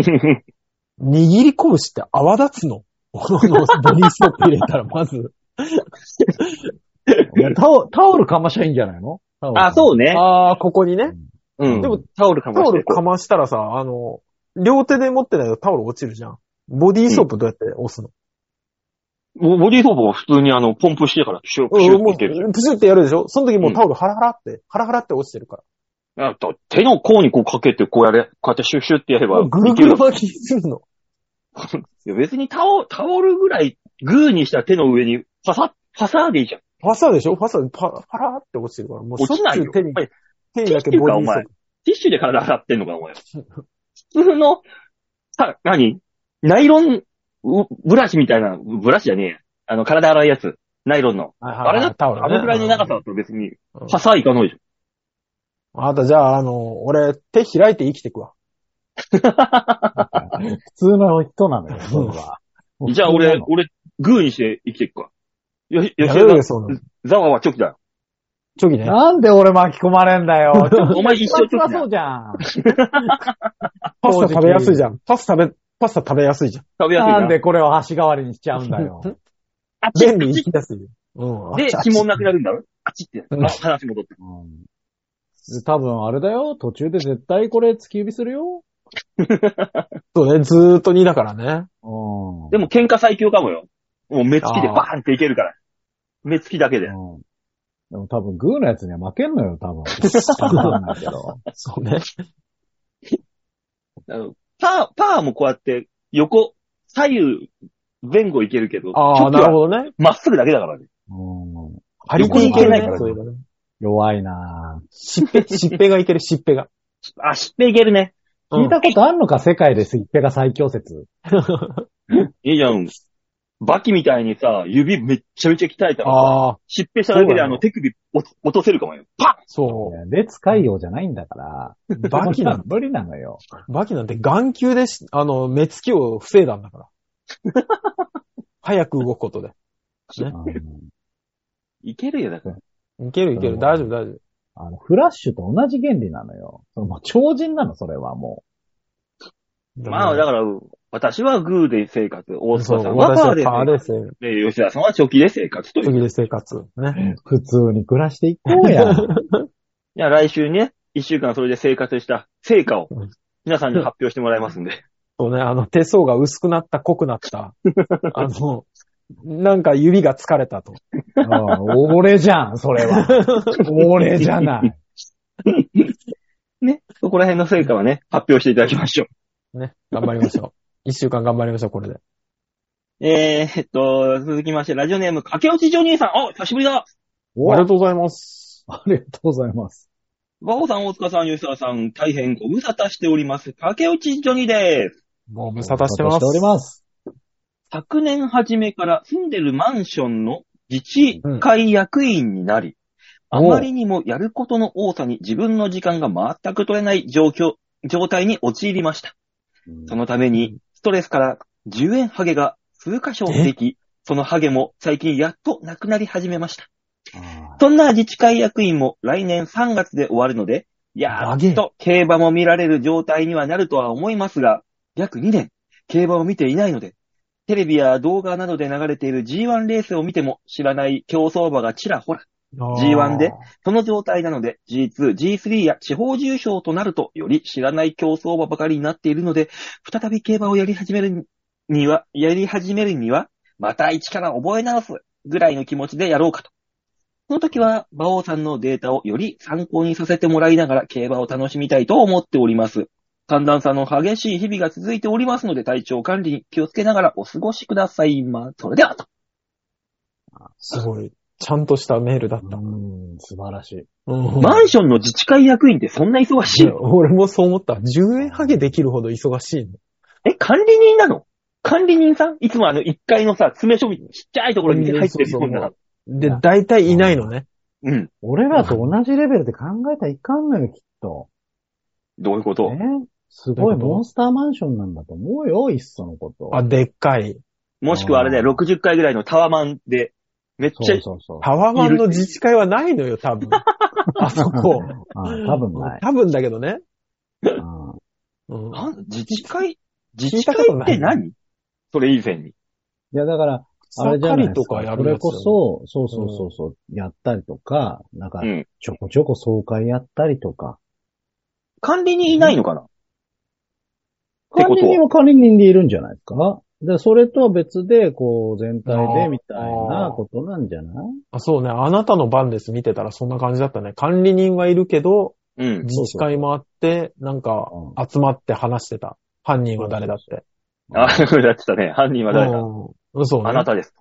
Speaker 3: 握り拳って泡立つの。 このボディーソープ入れたら、まず。
Speaker 4: いや タオタオルかましゃいいんじゃないの
Speaker 2: あ、そうね。
Speaker 3: ああ、ここにね。
Speaker 2: うん。
Speaker 3: でも、
Speaker 2: タオルかま
Speaker 3: タ
Speaker 2: し
Speaker 3: オ
Speaker 2: て
Speaker 3: ルかましたらさ、あの、両手で持ってないとタオル落ちるじゃん。ボディーソープどうやって押すの、
Speaker 2: ボボディーソープを普通にあの、ポンプしてから、プシュッ、プシュッって
Speaker 3: も
Speaker 2: いける。
Speaker 3: う、プシュってやるでしょその時もううんタオルハラハラって、ハラハラって落ちてるか
Speaker 2: あと、手の甲にこうかけて、こうやれ、こうやってシュッシュッってやれば
Speaker 3: ら。、ぐる
Speaker 2: い
Speaker 3: ぐ
Speaker 2: け
Speaker 3: る
Speaker 2: る。
Speaker 3: 巻きにするの。
Speaker 2: いや別にタオタオルぐらい、グーにした手の上に、パサッ、パサーでいいじゃん。
Speaker 3: ファサでしょファサでパ、パラーって落ちてるから。もうしょ
Speaker 2: 落
Speaker 3: っ
Speaker 2: ちな
Speaker 3: ち
Speaker 2: い
Speaker 3: ゅ
Speaker 2: よ。
Speaker 3: う手に
Speaker 2: お、前
Speaker 3: 手にだけボディーソープ。
Speaker 2: ティッシュで体洗ってんのか、お前。普通の、さ、何ナイロン、うブラシみたいな、ブラシじゃねえや。あの、体洗いやつ。ナイロンの。あれだ
Speaker 3: タオ
Speaker 2: あのくらいの長さだと別に、パサーいかないじ
Speaker 3: あなた、じゃあ、あの、俺、手開いて生きてくわ。
Speaker 4: 普通の人なのよ、それは。
Speaker 2: ゃ ん。じゃあ俺、俺、グーにして生きていくか。よし、よ
Speaker 3: や
Speaker 2: し
Speaker 3: めろよ、そうなの。
Speaker 2: ザワはチョキだ。
Speaker 3: チョキね。
Speaker 4: なんで俺巻き込まれんだよ。ちょっと
Speaker 2: お前一生チョ
Speaker 4: は
Speaker 2: キだ
Speaker 4: そ。うじゃん。
Speaker 3: パスタ食べやすいじゃん。パスタ食べ、パスタ食べやすいじゃん。
Speaker 2: 食べやすい
Speaker 4: な。
Speaker 2: なん
Speaker 4: でこれを箸代わりにしちゃうんだよ。
Speaker 2: あっち
Speaker 3: 便利に行きやすいよ。うん。
Speaker 2: で、指紋なくなるんだろあっちって。
Speaker 3: うん
Speaker 2: あ話戻って。
Speaker 4: うんで多分あれだよ、途中で絶対これ突き指するよ。
Speaker 3: そうね、ずーっと2だからね。
Speaker 4: うん。
Speaker 2: でも喧嘩最強かもよ。もう目つきで
Speaker 3: あー
Speaker 2: バーンっていけるから。目つきだけで。
Speaker 4: うん、でも多分グーのやつには負けんのよ、多分。わかんないけ ど。
Speaker 3: そうね。
Speaker 2: あのパー、パーもこうやって横、左右、前後いけるけど、
Speaker 3: ああ、
Speaker 2: チョ
Speaker 3: な
Speaker 2: キは
Speaker 3: るほどね。
Speaker 2: まっすぐだけだからね。
Speaker 4: うん、
Speaker 3: 張り手いけるね。
Speaker 4: そ
Speaker 3: そうう
Speaker 4: い
Speaker 3: い
Speaker 4: え
Speaker 3: えばね。
Speaker 4: 弱いな
Speaker 3: しっぺ、しっぺがいける、しっぺが。
Speaker 2: あ、知っていけるね。
Speaker 4: ぁ。聞いたことあんのか、世界ですっぺが最強説。
Speaker 2: いいじゃん。バキみたいにさ、指めっちゃめちゃ鍛えたらさ、
Speaker 3: ああ、
Speaker 2: しっぺしただけ
Speaker 3: そう
Speaker 2: で
Speaker 3: な
Speaker 2: あ
Speaker 3: の
Speaker 2: の手首落と落とせるかもよ。パ
Speaker 3: そ
Speaker 4: で、使いようじゃないんだから。
Speaker 3: う。 バキな
Speaker 4: 無理なのよ。
Speaker 3: ん、バキなんて眼球でし、あの、目つきを防いだんだから。 早く動くことで。ね。
Speaker 2: ンいけるよ、だから。
Speaker 3: いけるいけ
Speaker 4: う
Speaker 3: る。
Speaker 4: ん
Speaker 3: 大丈夫大丈夫。
Speaker 4: あの、フラッシュと同じ原理なのよ。そのもう超人なの、それはも
Speaker 2: まあ、だから、私はグーで生活、大
Speaker 3: そ
Speaker 2: 塚
Speaker 3: う、
Speaker 2: さんはパ
Speaker 3: 私
Speaker 2: ー
Speaker 3: は
Speaker 2: で生
Speaker 3: パーで
Speaker 2: 活
Speaker 3: 生活。
Speaker 2: で、吉田さんはチョキで生活という。い
Speaker 3: 次で生活。ね。
Speaker 4: う。普通に暮らしていこ うや。
Speaker 2: や、来週ね、一週間それで生活した成果を
Speaker 3: うん、
Speaker 2: 皆さんに発表してもらいますんで。
Speaker 3: そうね、あの、手相が薄くなった、濃くなった。あの、なんか指が疲れたと。
Speaker 4: うん俺じゃん、それは。俺じ ゃない。
Speaker 2: ね。そこら辺の成果はね、発表していただきましょう。
Speaker 3: ね。頑張りましょう。一週間頑張りましょう、これで。
Speaker 2: えー、っと、続きまして、ラジオネーム、駆け落ちジョニーさん。お、久しぶりだ
Speaker 4: お
Speaker 3: あ
Speaker 4: あ
Speaker 3: りがとうございます。
Speaker 4: りがとうございます。
Speaker 2: バオさん、大塚さん、吉沢さん、大変ご無沙汰しております。駆け落ちジョニーです。
Speaker 3: ご無
Speaker 4: 無
Speaker 3: 沙汰してます。
Speaker 4: おります。
Speaker 2: 昨年初めから住んでるマンションの自治会役員になり、あ
Speaker 3: おう
Speaker 2: まりにもやることの多さに自分の時間が全く取れない状況、状態に陥りました。そのために、ストレスから10円ハゲが数箇所でき、そのハゲも最近やっとなくなり始めました。
Speaker 4: あ
Speaker 2: そんな自治会役員も来年3月で終わるので、や
Speaker 3: あげ
Speaker 2: っと競馬も見られる状態にはなるとは思いますが、約2年、競馬を見ていないので、テレビや動画などで流れている G1 レースを見ても知らない競走馬がちらほら、
Speaker 3: あー
Speaker 2: G1 でその状態なので G2、G3 や地方重賞となるとより知らない競争馬ばかりになっているので、再び競馬をやり始めるには、やり始めるには、また一から覚え直すぐらいの気持ちでやろうかと。その時は、馬王さんのデータをより参考にさせてもらいながら競馬を楽しみたいと思っております。寒暖差の激しい日々が続いておりますので、体調管理に気をつけながらお過ごしくださいま。それでは、と。
Speaker 3: すごい。ちゃんとしたメールだっ
Speaker 4: ー
Speaker 3: た。
Speaker 4: うん、素晴らしい。
Speaker 3: うん
Speaker 2: マンションの自治会役員ってそんな忙しいの
Speaker 3: 俺もそう思った。10円ハゲできるほど忙しいの。
Speaker 2: え、管理人なの管理人さんいつもあの1階のさ、詰め処理、ちっちゃいところに入ってるような。
Speaker 3: で、大体いないのね。
Speaker 2: うん。
Speaker 4: 俺らと同じレベルで考えたらいかんのよ、きっと。
Speaker 2: どういうこと、
Speaker 4: ね。すごい
Speaker 3: どういうこと
Speaker 4: モンスターマンションなんだと思うよ、いっそのこと。
Speaker 3: あ、でっかい。
Speaker 2: もしくはあれだよ、60階ぐらいのタワマンで、めっち
Speaker 4: そ
Speaker 2: ゃ
Speaker 4: う、そうそう。
Speaker 3: タワマンの自治会はないのよ、多分。あそこ。
Speaker 4: あ 多分ない。
Speaker 3: 多分だけどね。
Speaker 4: うん
Speaker 3: うん
Speaker 2: なん自治会自
Speaker 3: 聞い
Speaker 2: 治
Speaker 3: た
Speaker 2: 会
Speaker 3: ことない
Speaker 2: って何それ以前に。
Speaker 4: いや、だから、あれじゃない
Speaker 3: 草刈り
Speaker 4: です
Speaker 3: とかや
Speaker 4: そ
Speaker 3: るや
Speaker 4: れ
Speaker 3: つだよ
Speaker 4: こ
Speaker 3: ね
Speaker 4: そ、そうそうそうそう、やったりとか、なんか
Speaker 2: う、ん。
Speaker 4: ちょこちょこ総会やったりとか。
Speaker 2: 管理人いないのかな、て
Speaker 4: 管
Speaker 2: ことは
Speaker 4: 理人は管理人でいるんじゃないですかで、それとは別で、こう、全体でみたいなことなんじゃない
Speaker 3: あそうね。あなたの番です。見てたらそんな感じだったね。管理人はいるけど、
Speaker 2: うん。
Speaker 3: 自治会もあって、なんか、集まって話してた。犯人は誰だって。
Speaker 2: あ、やってたね。犯人は誰だ、
Speaker 3: うんそうね。
Speaker 2: あなたです。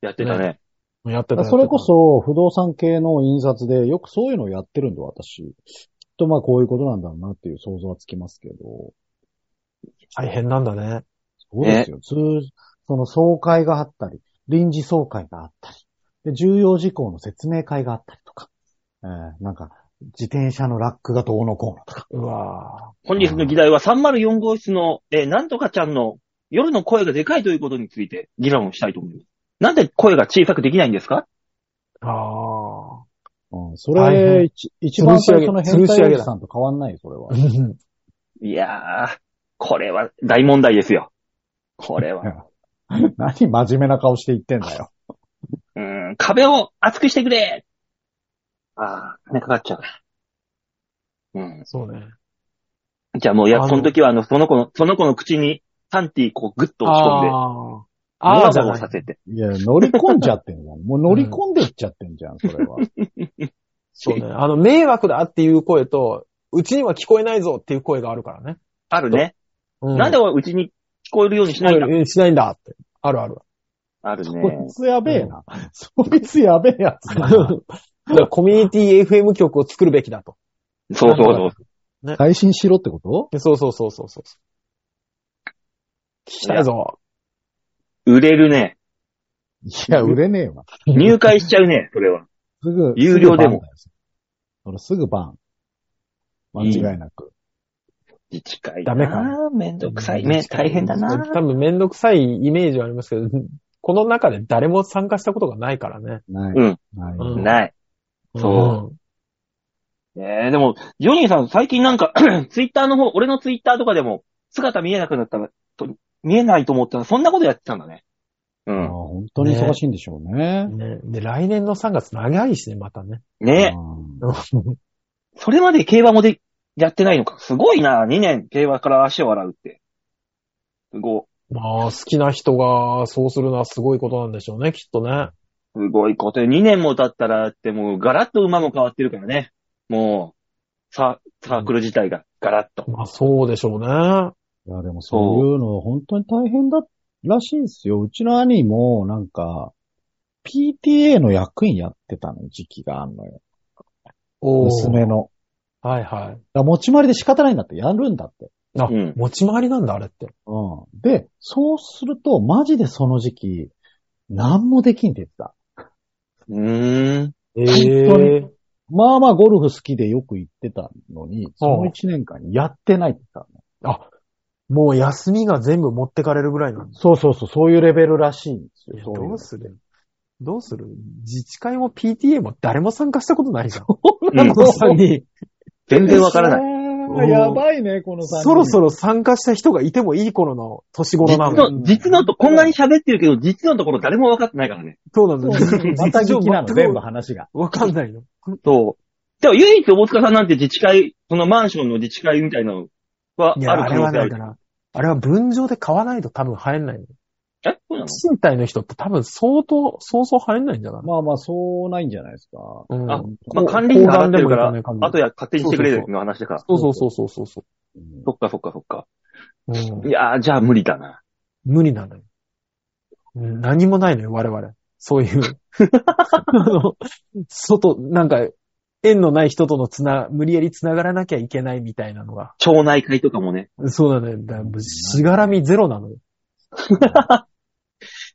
Speaker 2: やってたね。
Speaker 3: やってた。やってた
Speaker 4: それこ、そ、不動産系の印刷で、よくそういうのをやってるんで、私。きっとまあ、こういうことなんだろうなっていう想像はつきますけど。
Speaker 3: 大変なんだね。
Speaker 4: そうですよ。通、その総会があったり、臨時総会があったり、で重要事項の説明会があったりとか、えーなんか、自転車のラックがどうのこうのとか。
Speaker 3: うわ
Speaker 2: 本日の議題は304号室の、えーなんとかちゃんの夜の声がでかいということについて議論をしたいと思います。なんで声が小さくできないんですか
Speaker 3: ぁ。あ
Speaker 4: うん、そ
Speaker 3: はいは
Speaker 4: れ、
Speaker 3: い
Speaker 4: 一一番最初の
Speaker 3: 吊る
Speaker 4: 変
Speaker 3: し上げ
Speaker 4: 態おじさんと変わんない、それは
Speaker 3: あ。。
Speaker 2: いやー、これは大問題ですよ。これ は。
Speaker 4: 何真面目な顔して言ってん だよ。
Speaker 2: うーん、壁を厚くしてくれあー、金かかっちゃうな。うん。
Speaker 3: そうね。
Speaker 2: じゃあもう、い
Speaker 3: あ
Speaker 2: や、
Speaker 3: の
Speaker 2: その時は、あの、その子の、その子の口に、サンティーこう、ぐっと押し込んで、
Speaker 3: ああ。
Speaker 2: モ
Speaker 3: あ
Speaker 2: ラ
Speaker 3: あ、じゃ
Speaker 2: モ
Speaker 3: な
Speaker 2: ラ
Speaker 3: い
Speaker 2: さ。せて。
Speaker 4: いや、乗り込んじゃってんじゃん。もう乗り込んでっちゃってんじゃん、それ は。
Speaker 3: そうね。あの、迷惑だっていう声と、うちには聞こえないぞっていう声があるからね。
Speaker 2: あるね。
Speaker 3: うん
Speaker 2: なんで俺うちに聞こえるようにしないんだ
Speaker 3: うんしないんだって。あるある。
Speaker 2: ある
Speaker 4: こ
Speaker 2: ね
Speaker 4: い。つやべえな。そいつやべえやつだな。
Speaker 3: だからコミュニティ FM 局を作るべきだと。
Speaker 2: そうそうそう。
Speaker 4: 配信しろってこと
Speaker 3: でそうそうそうそうそう。聞きたいぞ。
Speaker 2: 売れるね。
Speaker 4: いや、売れねえわ。
Speaker 2: 入会しちゃうね、それは。
Speaker 4: すぐ、
Speaker 2: 有料でも
Speaker 4: すぐバンだよ。俺すぐバン。間違いなく。
Speaker 2: 自治会
Speaker 3: ダメか
Speaker 2: なめんどくさい。ね、大変だな。
Speaker 3: 多分めんどくさいイメージはありますけど、この中で誰も参加したことがないからね。
Speaker 4: ない。
Speaker 2: うん
Speaker 4: ない。
Speaker 3: うん
Speaker 2: ない。そえー、でも、ジョニーさん最近なんか、 ツイッターの方、俺のツイッターとかでも、姿見えなくなったら、と見えないと思ったら、そんなことやってたんだね。う
Speaker 4: ああ
Speaker 2: ん。
Speaker 4: 本当に忙しいんでしょうね。
Speaker 3: うん。ね、で、来年の3月長いしね、またね。
Speaker 2: ね
Speaker 4: うん
Speaker 2: それまで競馬もで、やってないのか。すごいな、2年競馬から足を洗うって。すご、
Speaker 3: まあ、好きな人がそうするのはすごいことなんでしょうね、きっとね。
Speaker 2: すごいことよ。2年も経ったら、ってもうガラッと馬も変わってるからね。もう、ササークル自体がガラッと。
Speaker 3: まあ、そうでしょうね。
Speaker 4: いや、でもそういうの本当に大変だらしいんですよ。うちの兄もなんか、PTA の役員やってたの、時期があんのよ。
Speaker 3: おー
Speaker 4: 娘の。
Speaker 3: はいはい。
Speaker 4: だから持ち回りで仕方ないんだって、やるんだって。
Speaker 3: あ、
Speaker 2: うん
Speaker 3: 持ち回りなんだ、あれって。
Speaker 4: うん。で、そうすると、マジでその時期、何もできんって言ってた。
Speaker 2: うーん。
Speaker 3: え
Speaker 4: 本当
Speaker 3: え
Speaker 4: にまあまあゴルフ好きでよく行ってたのに、その1年間にやってないって言ってたの。
Speaker 3: あ、もう休みが全部持ってかれるぐらいなんです。
Speaker 4: そうそうそう、そういうレベルらしいんです
Speaker 3: い
Speaker 4: よ。
Speaker 3: や
Speaker 4: そういう
Speaker 3: ど
Speaker 4: の
Speaker 3: うするどうする自治会も PTA も誰も参加したことないじゃん。
Speaker 2: うん
Speaker 3: この3人。
Speaker 2: 全然わからない。
Speaker 4: ないやばいね、この3人。
Speaker 3: そろそ
Speaker 4: ろ。
Speaker 3: ろ参加した人がいてもいい頃の年頃
Speaker 2: 実
Speaker 3: なの。
Speaker 2: の、実のと、こんなに喋ってるけど、実のところ誰も分かってないからね。
Speaker 3: そうなんです。
Speaker 4: また時期な の、
Speaker 3: 実情全く
Speaker 4: 全部話が。
Speaker 3: わかんないの。
Speaker 2: そう。でも唯一大塚さんなんて自治会、そのマンションの自治会みたいなのはあ
Speaker 3: い
Speaker 2: る
Speaker 3: や、あ
Speaker 2: 可
Speaker 3: れ
Speaker 2: 能
Speaker 3: は
Speaker 2: 性あ
Speaker 3: ない
Speaker 2: る
Speaker 3: か。ら。あれは分譲で買わないと多分入んないの。
Speaker 2: えそうなの
Speaker 3: 賃貸の人って多分相当、そうそう入んないんじゃない
Speaker 4: まあまあ、そうないんじゃないですか。
Speaker 3: うん
Speaker 2: あ
Speaker 4: ま
Speaker 2: ま
Speaker 4: あ
Speaker 2: あ、
Speaker 3: こう
Speaker 2: 管理員が払ってるか
Speaker 3: 公団でもいいからも、ね
Speaker 2: あとや勝手にしてくれるの話だから。
Speaker 3: そうそうそうそうそうそ
Speaker 4: うん
Speaker 2: そっかそっかそっか。
Speaker 3: う、う
Speaker 2: い
Speaker 3: ん
Speaker 2: やー、じゃあ無理だな。
Speaker 3: 無理なのよ。うん何もないのよ、我々。そう いう。あの、外、なんか、縁のない人とのつな、無理やり繋がらなきゃいけないみたいなのが。
Speaker 2: 町内会とかもね。
Speaker 3: そうなのよ。だからしがらみゼロなのよ。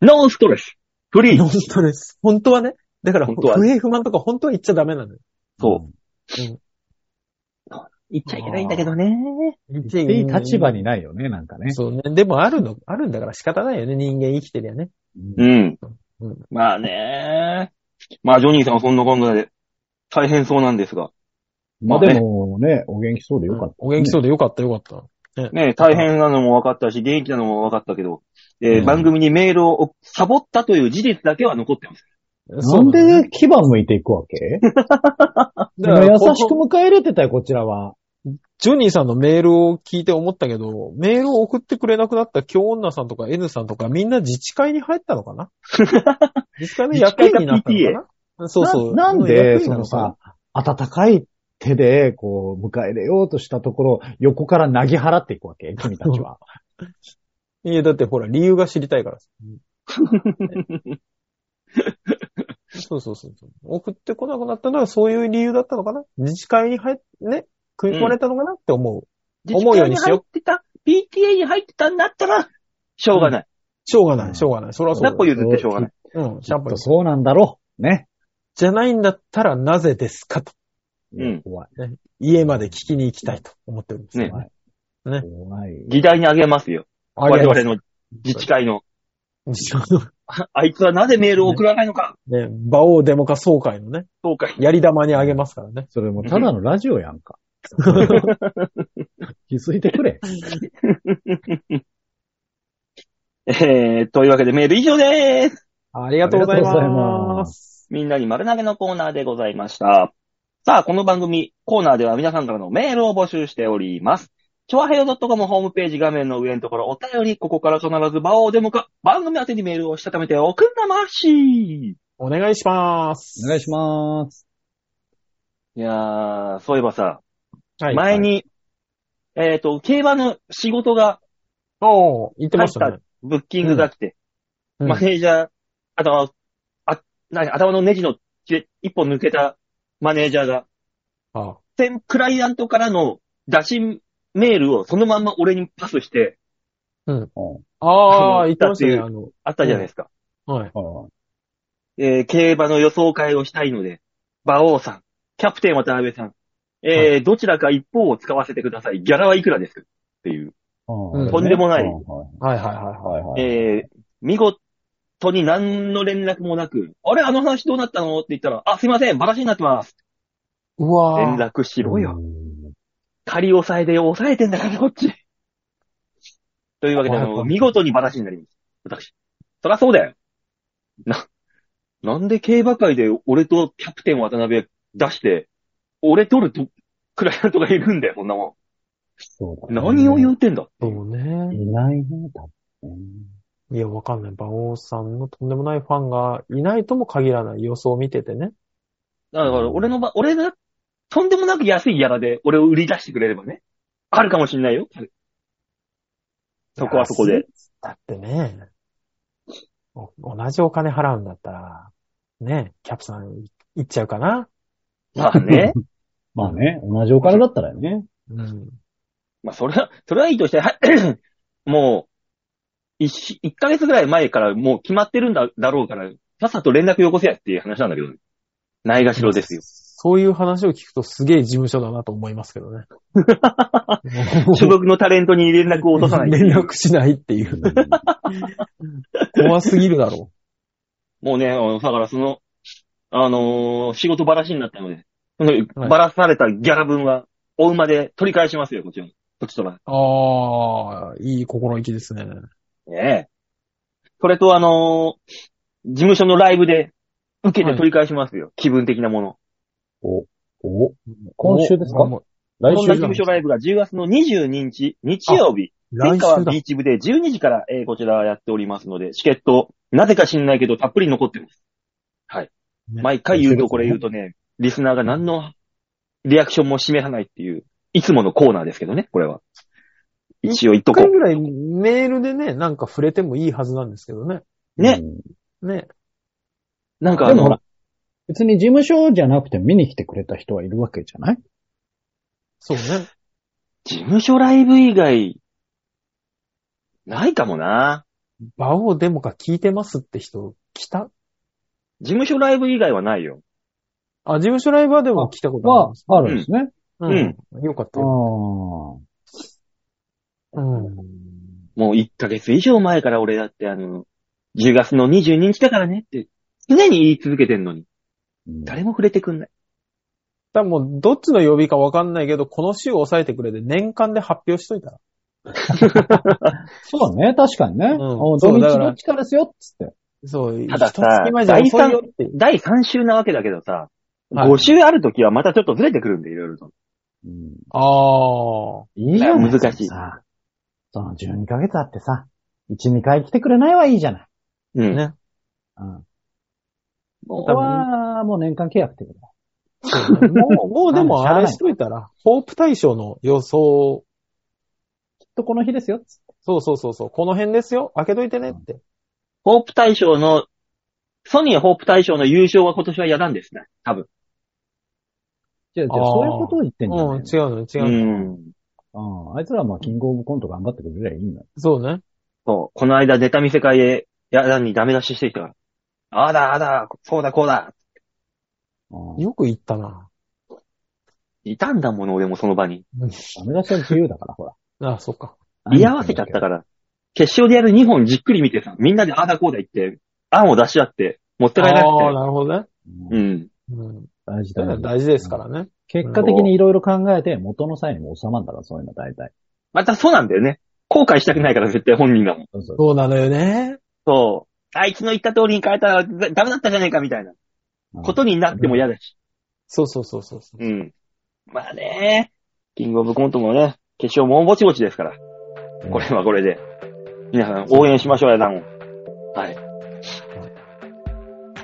Speaker 2: ノーストレス。フリー
Speaker 3: 本。当です。本当はね。だから、
Speaker 2: 本当は
Speaker 3: 不平不満とか本当は言っちゃダメなのよ。
Speaker 2: そう。言っ
Speaker 3: ちゃいけないんだけど
Speaker 2: ね。
Speaker 3: 言っ
Speaker 4: うん。いい立場にないよね、なんかね。
Speaker 3: そうね。でもあるの、あるんだから仕方ないよね。人間生きてりゃね。
Speaker 4: うん
Speaker 2: うん
Speaker 3: うん。
Speaker 2: まあねまあ、ジョニーさんはそんなこんなで、大変そうなんですが。
Speaker 4: まあでもね、お元気そうでよかった。
Speaker 3: お元気そうでよかったよかった。
Speaker 2: ね、大変なのも分かったし、元気なのも分かったけど、えー
Speaker 4: うん
Speaker 2: 番組にメールをサボったという事実だけは残ってます。
Speaker 4: なんで牙向いていくわけ でも優しく
Speaker 3: も。
Speaker 4: 迎え入れてたよ、こちらは。
Speaker 3: ジョニーさんのメールを聞いて思ったけど、メールを送ってくれなくなった京女さんとか N さんとかみんな自治会に入ったのか な自治会の役員になったのかなそうそう。
Speaker 4: ななん
Speaker 3: 役
Speaker 4: で、
Speaker 3: 員
Speaker 4: そ
Speaker 3: な
Speaker 4: の
Speaker 3: かな
Speaker 4: さ、温かい手で、こう、迎え入れようとしたところ、横から投げ払っていくわけ君たちは。
Speaker 3: いや、だってほら、理由が知りたいから さ。そうそうそうそう。送ってこなくなったのはそういう理由だったのかな自治会に入っ、ね、食い込まれたのかなって思う。思うようにしよう
Speaker 2: 自治会に入ってた、PTA に入ってたんだったら、しょうがない。
Speaker 3: しょうが
Speaker 4: う
Speaker 3: なんい、しょうがない。それはそう
Speaker 2: ナ
Speaker 3: だ
Speaker 2: ッコ譲ってしょうがない。
Speaker 3: うん、
Speaker 4: ち
Speaker 3: シ
Speaker 4: ょ
Speaker 3: ャ
Speaker 4: っ
Speaker 3: ンパ
Speaker 4: と
Speaker 3: ン。
Speaker 4: そうなんだろう。ね。
Speaker 3: じゃないんだったらなぜですかと。
Speaker 2: うん
Speaker 4: 怖い。
Speaker 3: 家まで聞きに行きたいと思っております。
Speaker 2: ね
Speaker 4: 怖い。
Speaker 3: ね
Speaker 4: 怖い。
Speaker 2: 議題にあげますよ。
Speaker 3: あ
Speaker 2: 我
Speaker 3: げま
Speaker 2: 々
Speaker 3: す
Speaker 2: の自治会の。
Speaker 3: ね、
Speaker 2: ああいつはなぜメールを送らないのか。
Speaker 3: 馬王デモ化総会のね、
Speaker 2: そうかい。
Speaker 3: やり玉にあげますからね。
Speaker 4: それもただのラジオやんか。気づいてくれ。
Speaker 2: えー、というわけでメール以上でーす。
Speaker 3: ありがとうござい
Speaker 4: ありがとうござい
Speaker 3: ま。
Speaker 4: ます
Speaker 2: みんなに丸投げのコーナーでございました。さあ、この番組、コーナーでは皆さんからのメールを募集しております。ちょわへよ .com ホームページ画面の上のところお便り、ここから必ず場をデモか、番組宛てにメールをしたためておくんなまし
Speaker 3: お願いします。
Speaker 4: お願いします。
Speaker 2: いやー、そういえばさ、
Speaker 3: はい。
Speaker 2: 前に、えっ、と、競馬の仕事が
Speaker 3: おー、言って
Speaker 2: 入
Speaker 3: ま
Speaker 2: っ
Speaker 3: した
Speaker 2: た
Speaker 3: ね。
Speaker 2: ブッキングが来て、
Speaker 3: うん
Speaker 2: マネージャー、頭、あ、なに、頭のネジの切れ一本抜けたマネージャーが、
Speaker 3: あ
Speaker 2: 先クライアントからの打診メールをそのまんま俺にパスして
Speaker 3: あ
Speaker 2: あの
Speaker 3: ー、言ってましたね。
Speaker 2: だって
Speaker 3: あの、
Speaker 2: あったじゃないですか。
Speaker 3: うはい。
Speaker 4: あ
Speaker 2: えー競馬の予想会をしたいので、馬王さん、キャプテン渡辺さん、えー
Speaker 3: は
Speaker 2: どちらか一方を使わせてください。ギャラはいくらですかっていう、
Speaker 4: あ
Speaker 3: と
Speaker 2: んでもない
Speaker 4: はい
Speaker 3: は
Speaker 4: はい
Speaker 3: いはいはい。
Speaker 4: はいはい。
Speaker 2: えー見事に何の連絡もなく、あれあの話どうなったのって言ったら、あ、すいません、バラシになってます。
Speaker 3: うわ
Speaker 2: 連
Speaker 3: ー
Speaker 2: 絡しろよ。
Speaker 4: うん
Speaker 2: 仮押さえで抑えてんだから、こっ ち。というわけで、あの、見事にバラシになります。私。そらそうだよ。な、なんで競馬会で俺とキャプテン渡辺出して、俺取ると、クライアントがいるんだよ、そんなも
Speaker 4: そうだ
Speaker 2: ん。
Speaker 4: ね
Speaker 2: 何を言ってんだ。
Speaker 3: そうね。
Speaker 4: いないね、多分ね。
Speaker 3: いや、わかんない。馬王さんのとんでもないファンがいないとも限らない予想を見ててね。
Speaker 2: だから、俺の場、俺が、とんでもなく安いギャラで俺を売り出してくれればね。あるかもしんないよ。そこはそこで。
Speaker 3: だってね、お同じお金払うんだったら、ね、キャプさん行っちゃうかな。
Speaker 2: まあね。
Speaker 4: まあね、同じお金だったらね。
Speaker 3: うん。
Speaker 2: まあ、それは、それはいいとして、はい、もう、一し、一ヶ月ぐらい前からもう決まってるんだ、だろうから、さっさと連絡よこせやっていう話なんだけど、ないがしろですよ。
Speaker 3: そういう話を聞くとすげえ事務所だなと思いますけど ね。
Speaker 2: 所属のタレントに連絡を落とさない。
Speaker 3: 連絡しないっていう。怖すぎるだろ
Speaker 2: もうね、あのだからその、あのー仕事ばらしになったので、そ
Speaker 3: は
Speaker 2: の
Speaker 3: い
Speaker 2: ばらされたギャラ分は、お馬で取り返しますよ、こっちも。こっちとら。
Speaker 3: う。 ああ、いい心意気ですね。
Speaker 2: ねえ。それとあのー事務所のライブで、受けて取り返しますよ、気分的なもの。
Speaker 4: お、今週ですか
Speaker 3: お
Speaker 4: 来
Speaker 2: こんな
Speaker 4: 週じ
Speaker 2: 事
Speaker 4: ゃん
Speaker 2: 務所ライブが10月の22日、日曜日、
Speaker 3: 来
Speaker 2: 天
Speaker 3: 週
Speaker 2: 川
Speaker 3: だ
Speaker 2: ビ。ーチ部で12時から、えーこちらやっておりますので、チケット、なぜか知んないけど、たっぷり残ってます。はい。
Speaker 3: ね
Speaker 2: 毎回言うと、これ言うとね、リスナーが何のリアクションも示さないっていう、いつものコーナーですけどね、これは。一応言っと
Speaker 3: 一
Speaker 2: こ
Speaker 3: 回ぐらいメールでね、なんか触れてもいいはずなんですけどね。
Speaker 2: う。ね。
Speaker 3: ね。
Speaker 2: なんかあ
Speaker 4: でもほ
Speaker 2: の
Speaker 4: ら、、別に事務所じゃなくて見に来てくれた人はいるわけじゃない
Speaker 3: そうね。
Speaker 2: 事務所ライブ以外、ないかもな。
Speaker 3: 馬王デモか聞いてますって人来た
Speaker 2: 事務所ライブ以外はないよ。
Speaker 3: あ、事務所ライブはでも来たことあり
Speaker 4: は
Speaker 3: ます、
Speaker 4: あるんですね。
Speaker 2: うん
Speaker 3: うん。よかった
Speaker 4: ああ
Speaker 3: よ。うん。
Speaker 2: もう1ヶ月以上前から俺だってあの、10月の22日だからねって、常に言い続けてんのに、
Speaker 4: うん
Speaker 2: 誰も触れてくんない。
Speaker 3: だからもう、どっちの曜日かわかんないけど、この週を抑えてくれて、年間で発表しといたら。
Speaker 4: そうね、確かにね。あ土
Speaker 3: そう
Speaker 4: 日
Speaker 3: だから
Speaker 4: どっちからですよ、っつって。
Speaker 3: そう、
Speaker 2: たださ
Speaker 3: 一月前じゃ遅いよって。
Speaker 2: 第3週なわけだけどさ、
Speaker 3: はい
Speaker 2: 5週あるときはまたちょっとずれてくるんで、いろいろと。
Speaker 4: うん
Speaker 3: ああ。
Speaker 4: いいじゃない
Speaker 2: いや難しい
Speaker 4: さ、その12ヶ月あってさ、1、2回来てくれないはいいじゃない。
Speaker 2: うん。
Speaker 3: ね
Speaker 4: うん。
Speaker 2: も
Speaker 4: ここ
Speaker 2: う
Speaker 4: は、もう年間契約ってことだ。
Speaker 3: もう、も うでもあれしといたら、ホープ大賞の予想、
Speaker 4: きっとこの日ですよ、つって。
Speaker 3: そうそうそうそう、この辺ですよ、開けといてねって。
Speaker 2: ホープ大賞の、ソニーホープ大賞の優勝は今年は嫌なんですね。多分。
Speaker 4: じゃあ、じゃあ
Speaker 3: あー
Speaker 4: そういうことを言ってんじゃ
Speaker 3: う、
Speaker 4: なんい
Speaker 3: 違う
Speaker 4: の
Speaker 3: の、違うの。
Speaker 2: うん。
Speaker 4: うん。あいつらはまあ、キングオブコント頑張ってくれりゃいいんだ。
Speaker 3: そうね。
Speaker 2: そう。この間ネタ見せ会で、やだにダメ出ししてきたから。ああだ、ああだ、そうだ、こうだ。
Speaker 4: うん。
Speaker 3: よく言ったな。
Speaker 2: いたんだもの、俺もその場に。
Speaker 4: ダメ出しは自由だから、ほら。
Speaker 3: ああ、そっか。
Speaker 2: 居合わせちゃったから。決勝でやる2本じっくり見てさ、みんなでああだこうだ言って、案を出し合って、持って
Speaker 3: あ
Speaker 2: かれな
Speaker 3: あ、
Speaker 2: く
Speaker 3: なるほどね。
Speaker 2: て。うん。
Speaker 3: うん。
Speaker 4: うん。大事
Speaker 3: そう
Speaker 4: だ
Speaker 3: いうの
Speaker 4: よ
Speaker 3: は大事ですからね。
Speaker 4: 結果的にいろいろ考えて、元の際にも収まるんだから、そういうの大体。
Speaker 2: またそうなんだよね。後悔したくないから絶対本人だもん。
Speaker 4: そうそう。
Speaker 3: そうなのよね。
Speaker 2: そう。あいつの言った通りに変えたらだダメだったじゃねえかみたいな
Speaker 4: うん
Speaker 2: ことになっても嫌だし。
Speaker 3: そうそうそうそうそう。
Speaker 2: うん。まあね、キングオブコントもね、決勝もぼちぼちですから。これはこれで。皆さん応援しましょうやだもん。はい。
Speaker 4: いや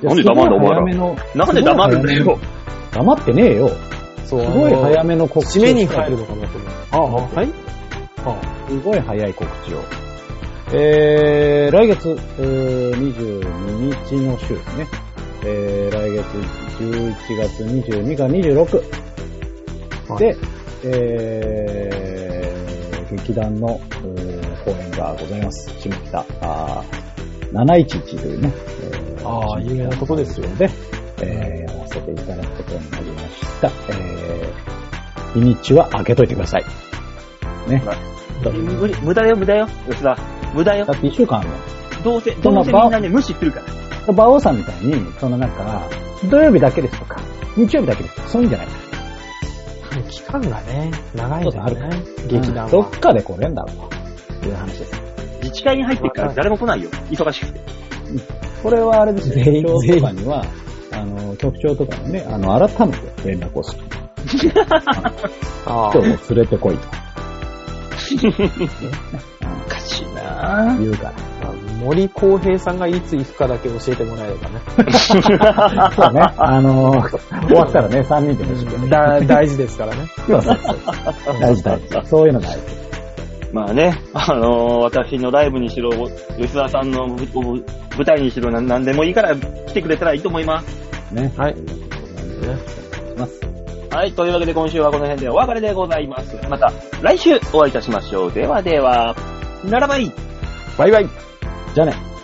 Speaker 2: なんで黙んだお前ら
Speaker 4: すごい早めの
Speaker 2: なんで黙るんだよ。
Speaker 4: 黙ってねえよ。す
Speaker 3: そう、
Speaker 4: ごい早
Speaker 3: め。
Speaker 4: めの告知。
Speaker 3: 締めに入る。のかなと思う。
Speaker 4: ああ、
Speaker 3: はいああ
Speaker 4: すごい早い告知を。えー、来月、えー、22日の週ですね。えー、来月11月22か26。
Speaker 3: はい
Speaker 4: で、えー、劇団の、えー公演がございます。下北、あー711というね、えー
Speaker 3: ああ有名なことですよ
Speaker 4: ので、えー、やらせていただくことになりました。えー、日にちは開けといてください。ね。
Speaker 2: は
Speaker 4: だ
Speaker 2: 無理無駄よ、無駄よ。吉田。無駄よ
Speaker 4: だ。って一週間あるの。
Speaker 2: どうせ、
Speaker 4: そん
Speaker 2: ど
Speaker 4: な
Speaker 2: うせみんなね、無視するから。
Speaker 4: 馬王さんみたいに、そのなんか、土曜日だけですとか、日曜日だけですとか、そういうんじゃない。
Speaker 3: 期間がね、長いんだ
Speaker 4: そう
Speaker 3: よね。劇団
Speaker 4: どっ
Speaker 3: は。
Speaker 4: かでこう連打をっていう話です。
Speaker 2: 自治会に入ってるから誰も来ないよ。忙しくて。
Speaker 4: これはあれですね、
Speaker 3: 全員
Speaker 4: 局長とかには、あの、局長とかにね、あの、改めて連絡をする。
Speaker 3: ああ
Speaker 4: 今日も連れてこいと。
Speaker 2: おかしいなぁ。
Speaker 4: 言うから。
Speaker 3: 森公平さんがいつ行くかだけ教えてもらえればね。
Speaker 4: そうね。あの 終わったらね、3人で飯食うね。
Speaker 3: だ大事ですからね。
Speaker 4: そうそうそう 大事大事。そういうのが大事。
Speaker 2: まあね、あのー私のライブにしろ、吉沢さんの舞舞台にしろ、なんなんでもいいから来てくれたらいいと思います。
Speaker 4: ね。
Speaker 3: はい
Speaker 4: とうことでね
Speaker 2: はい、というわけで今週はこの辺でお別れでございます。また来週お会いいたしましょう。ではでは、ならばいい
Speaker 3: バイバイ。
Speaker 4: じゃあね。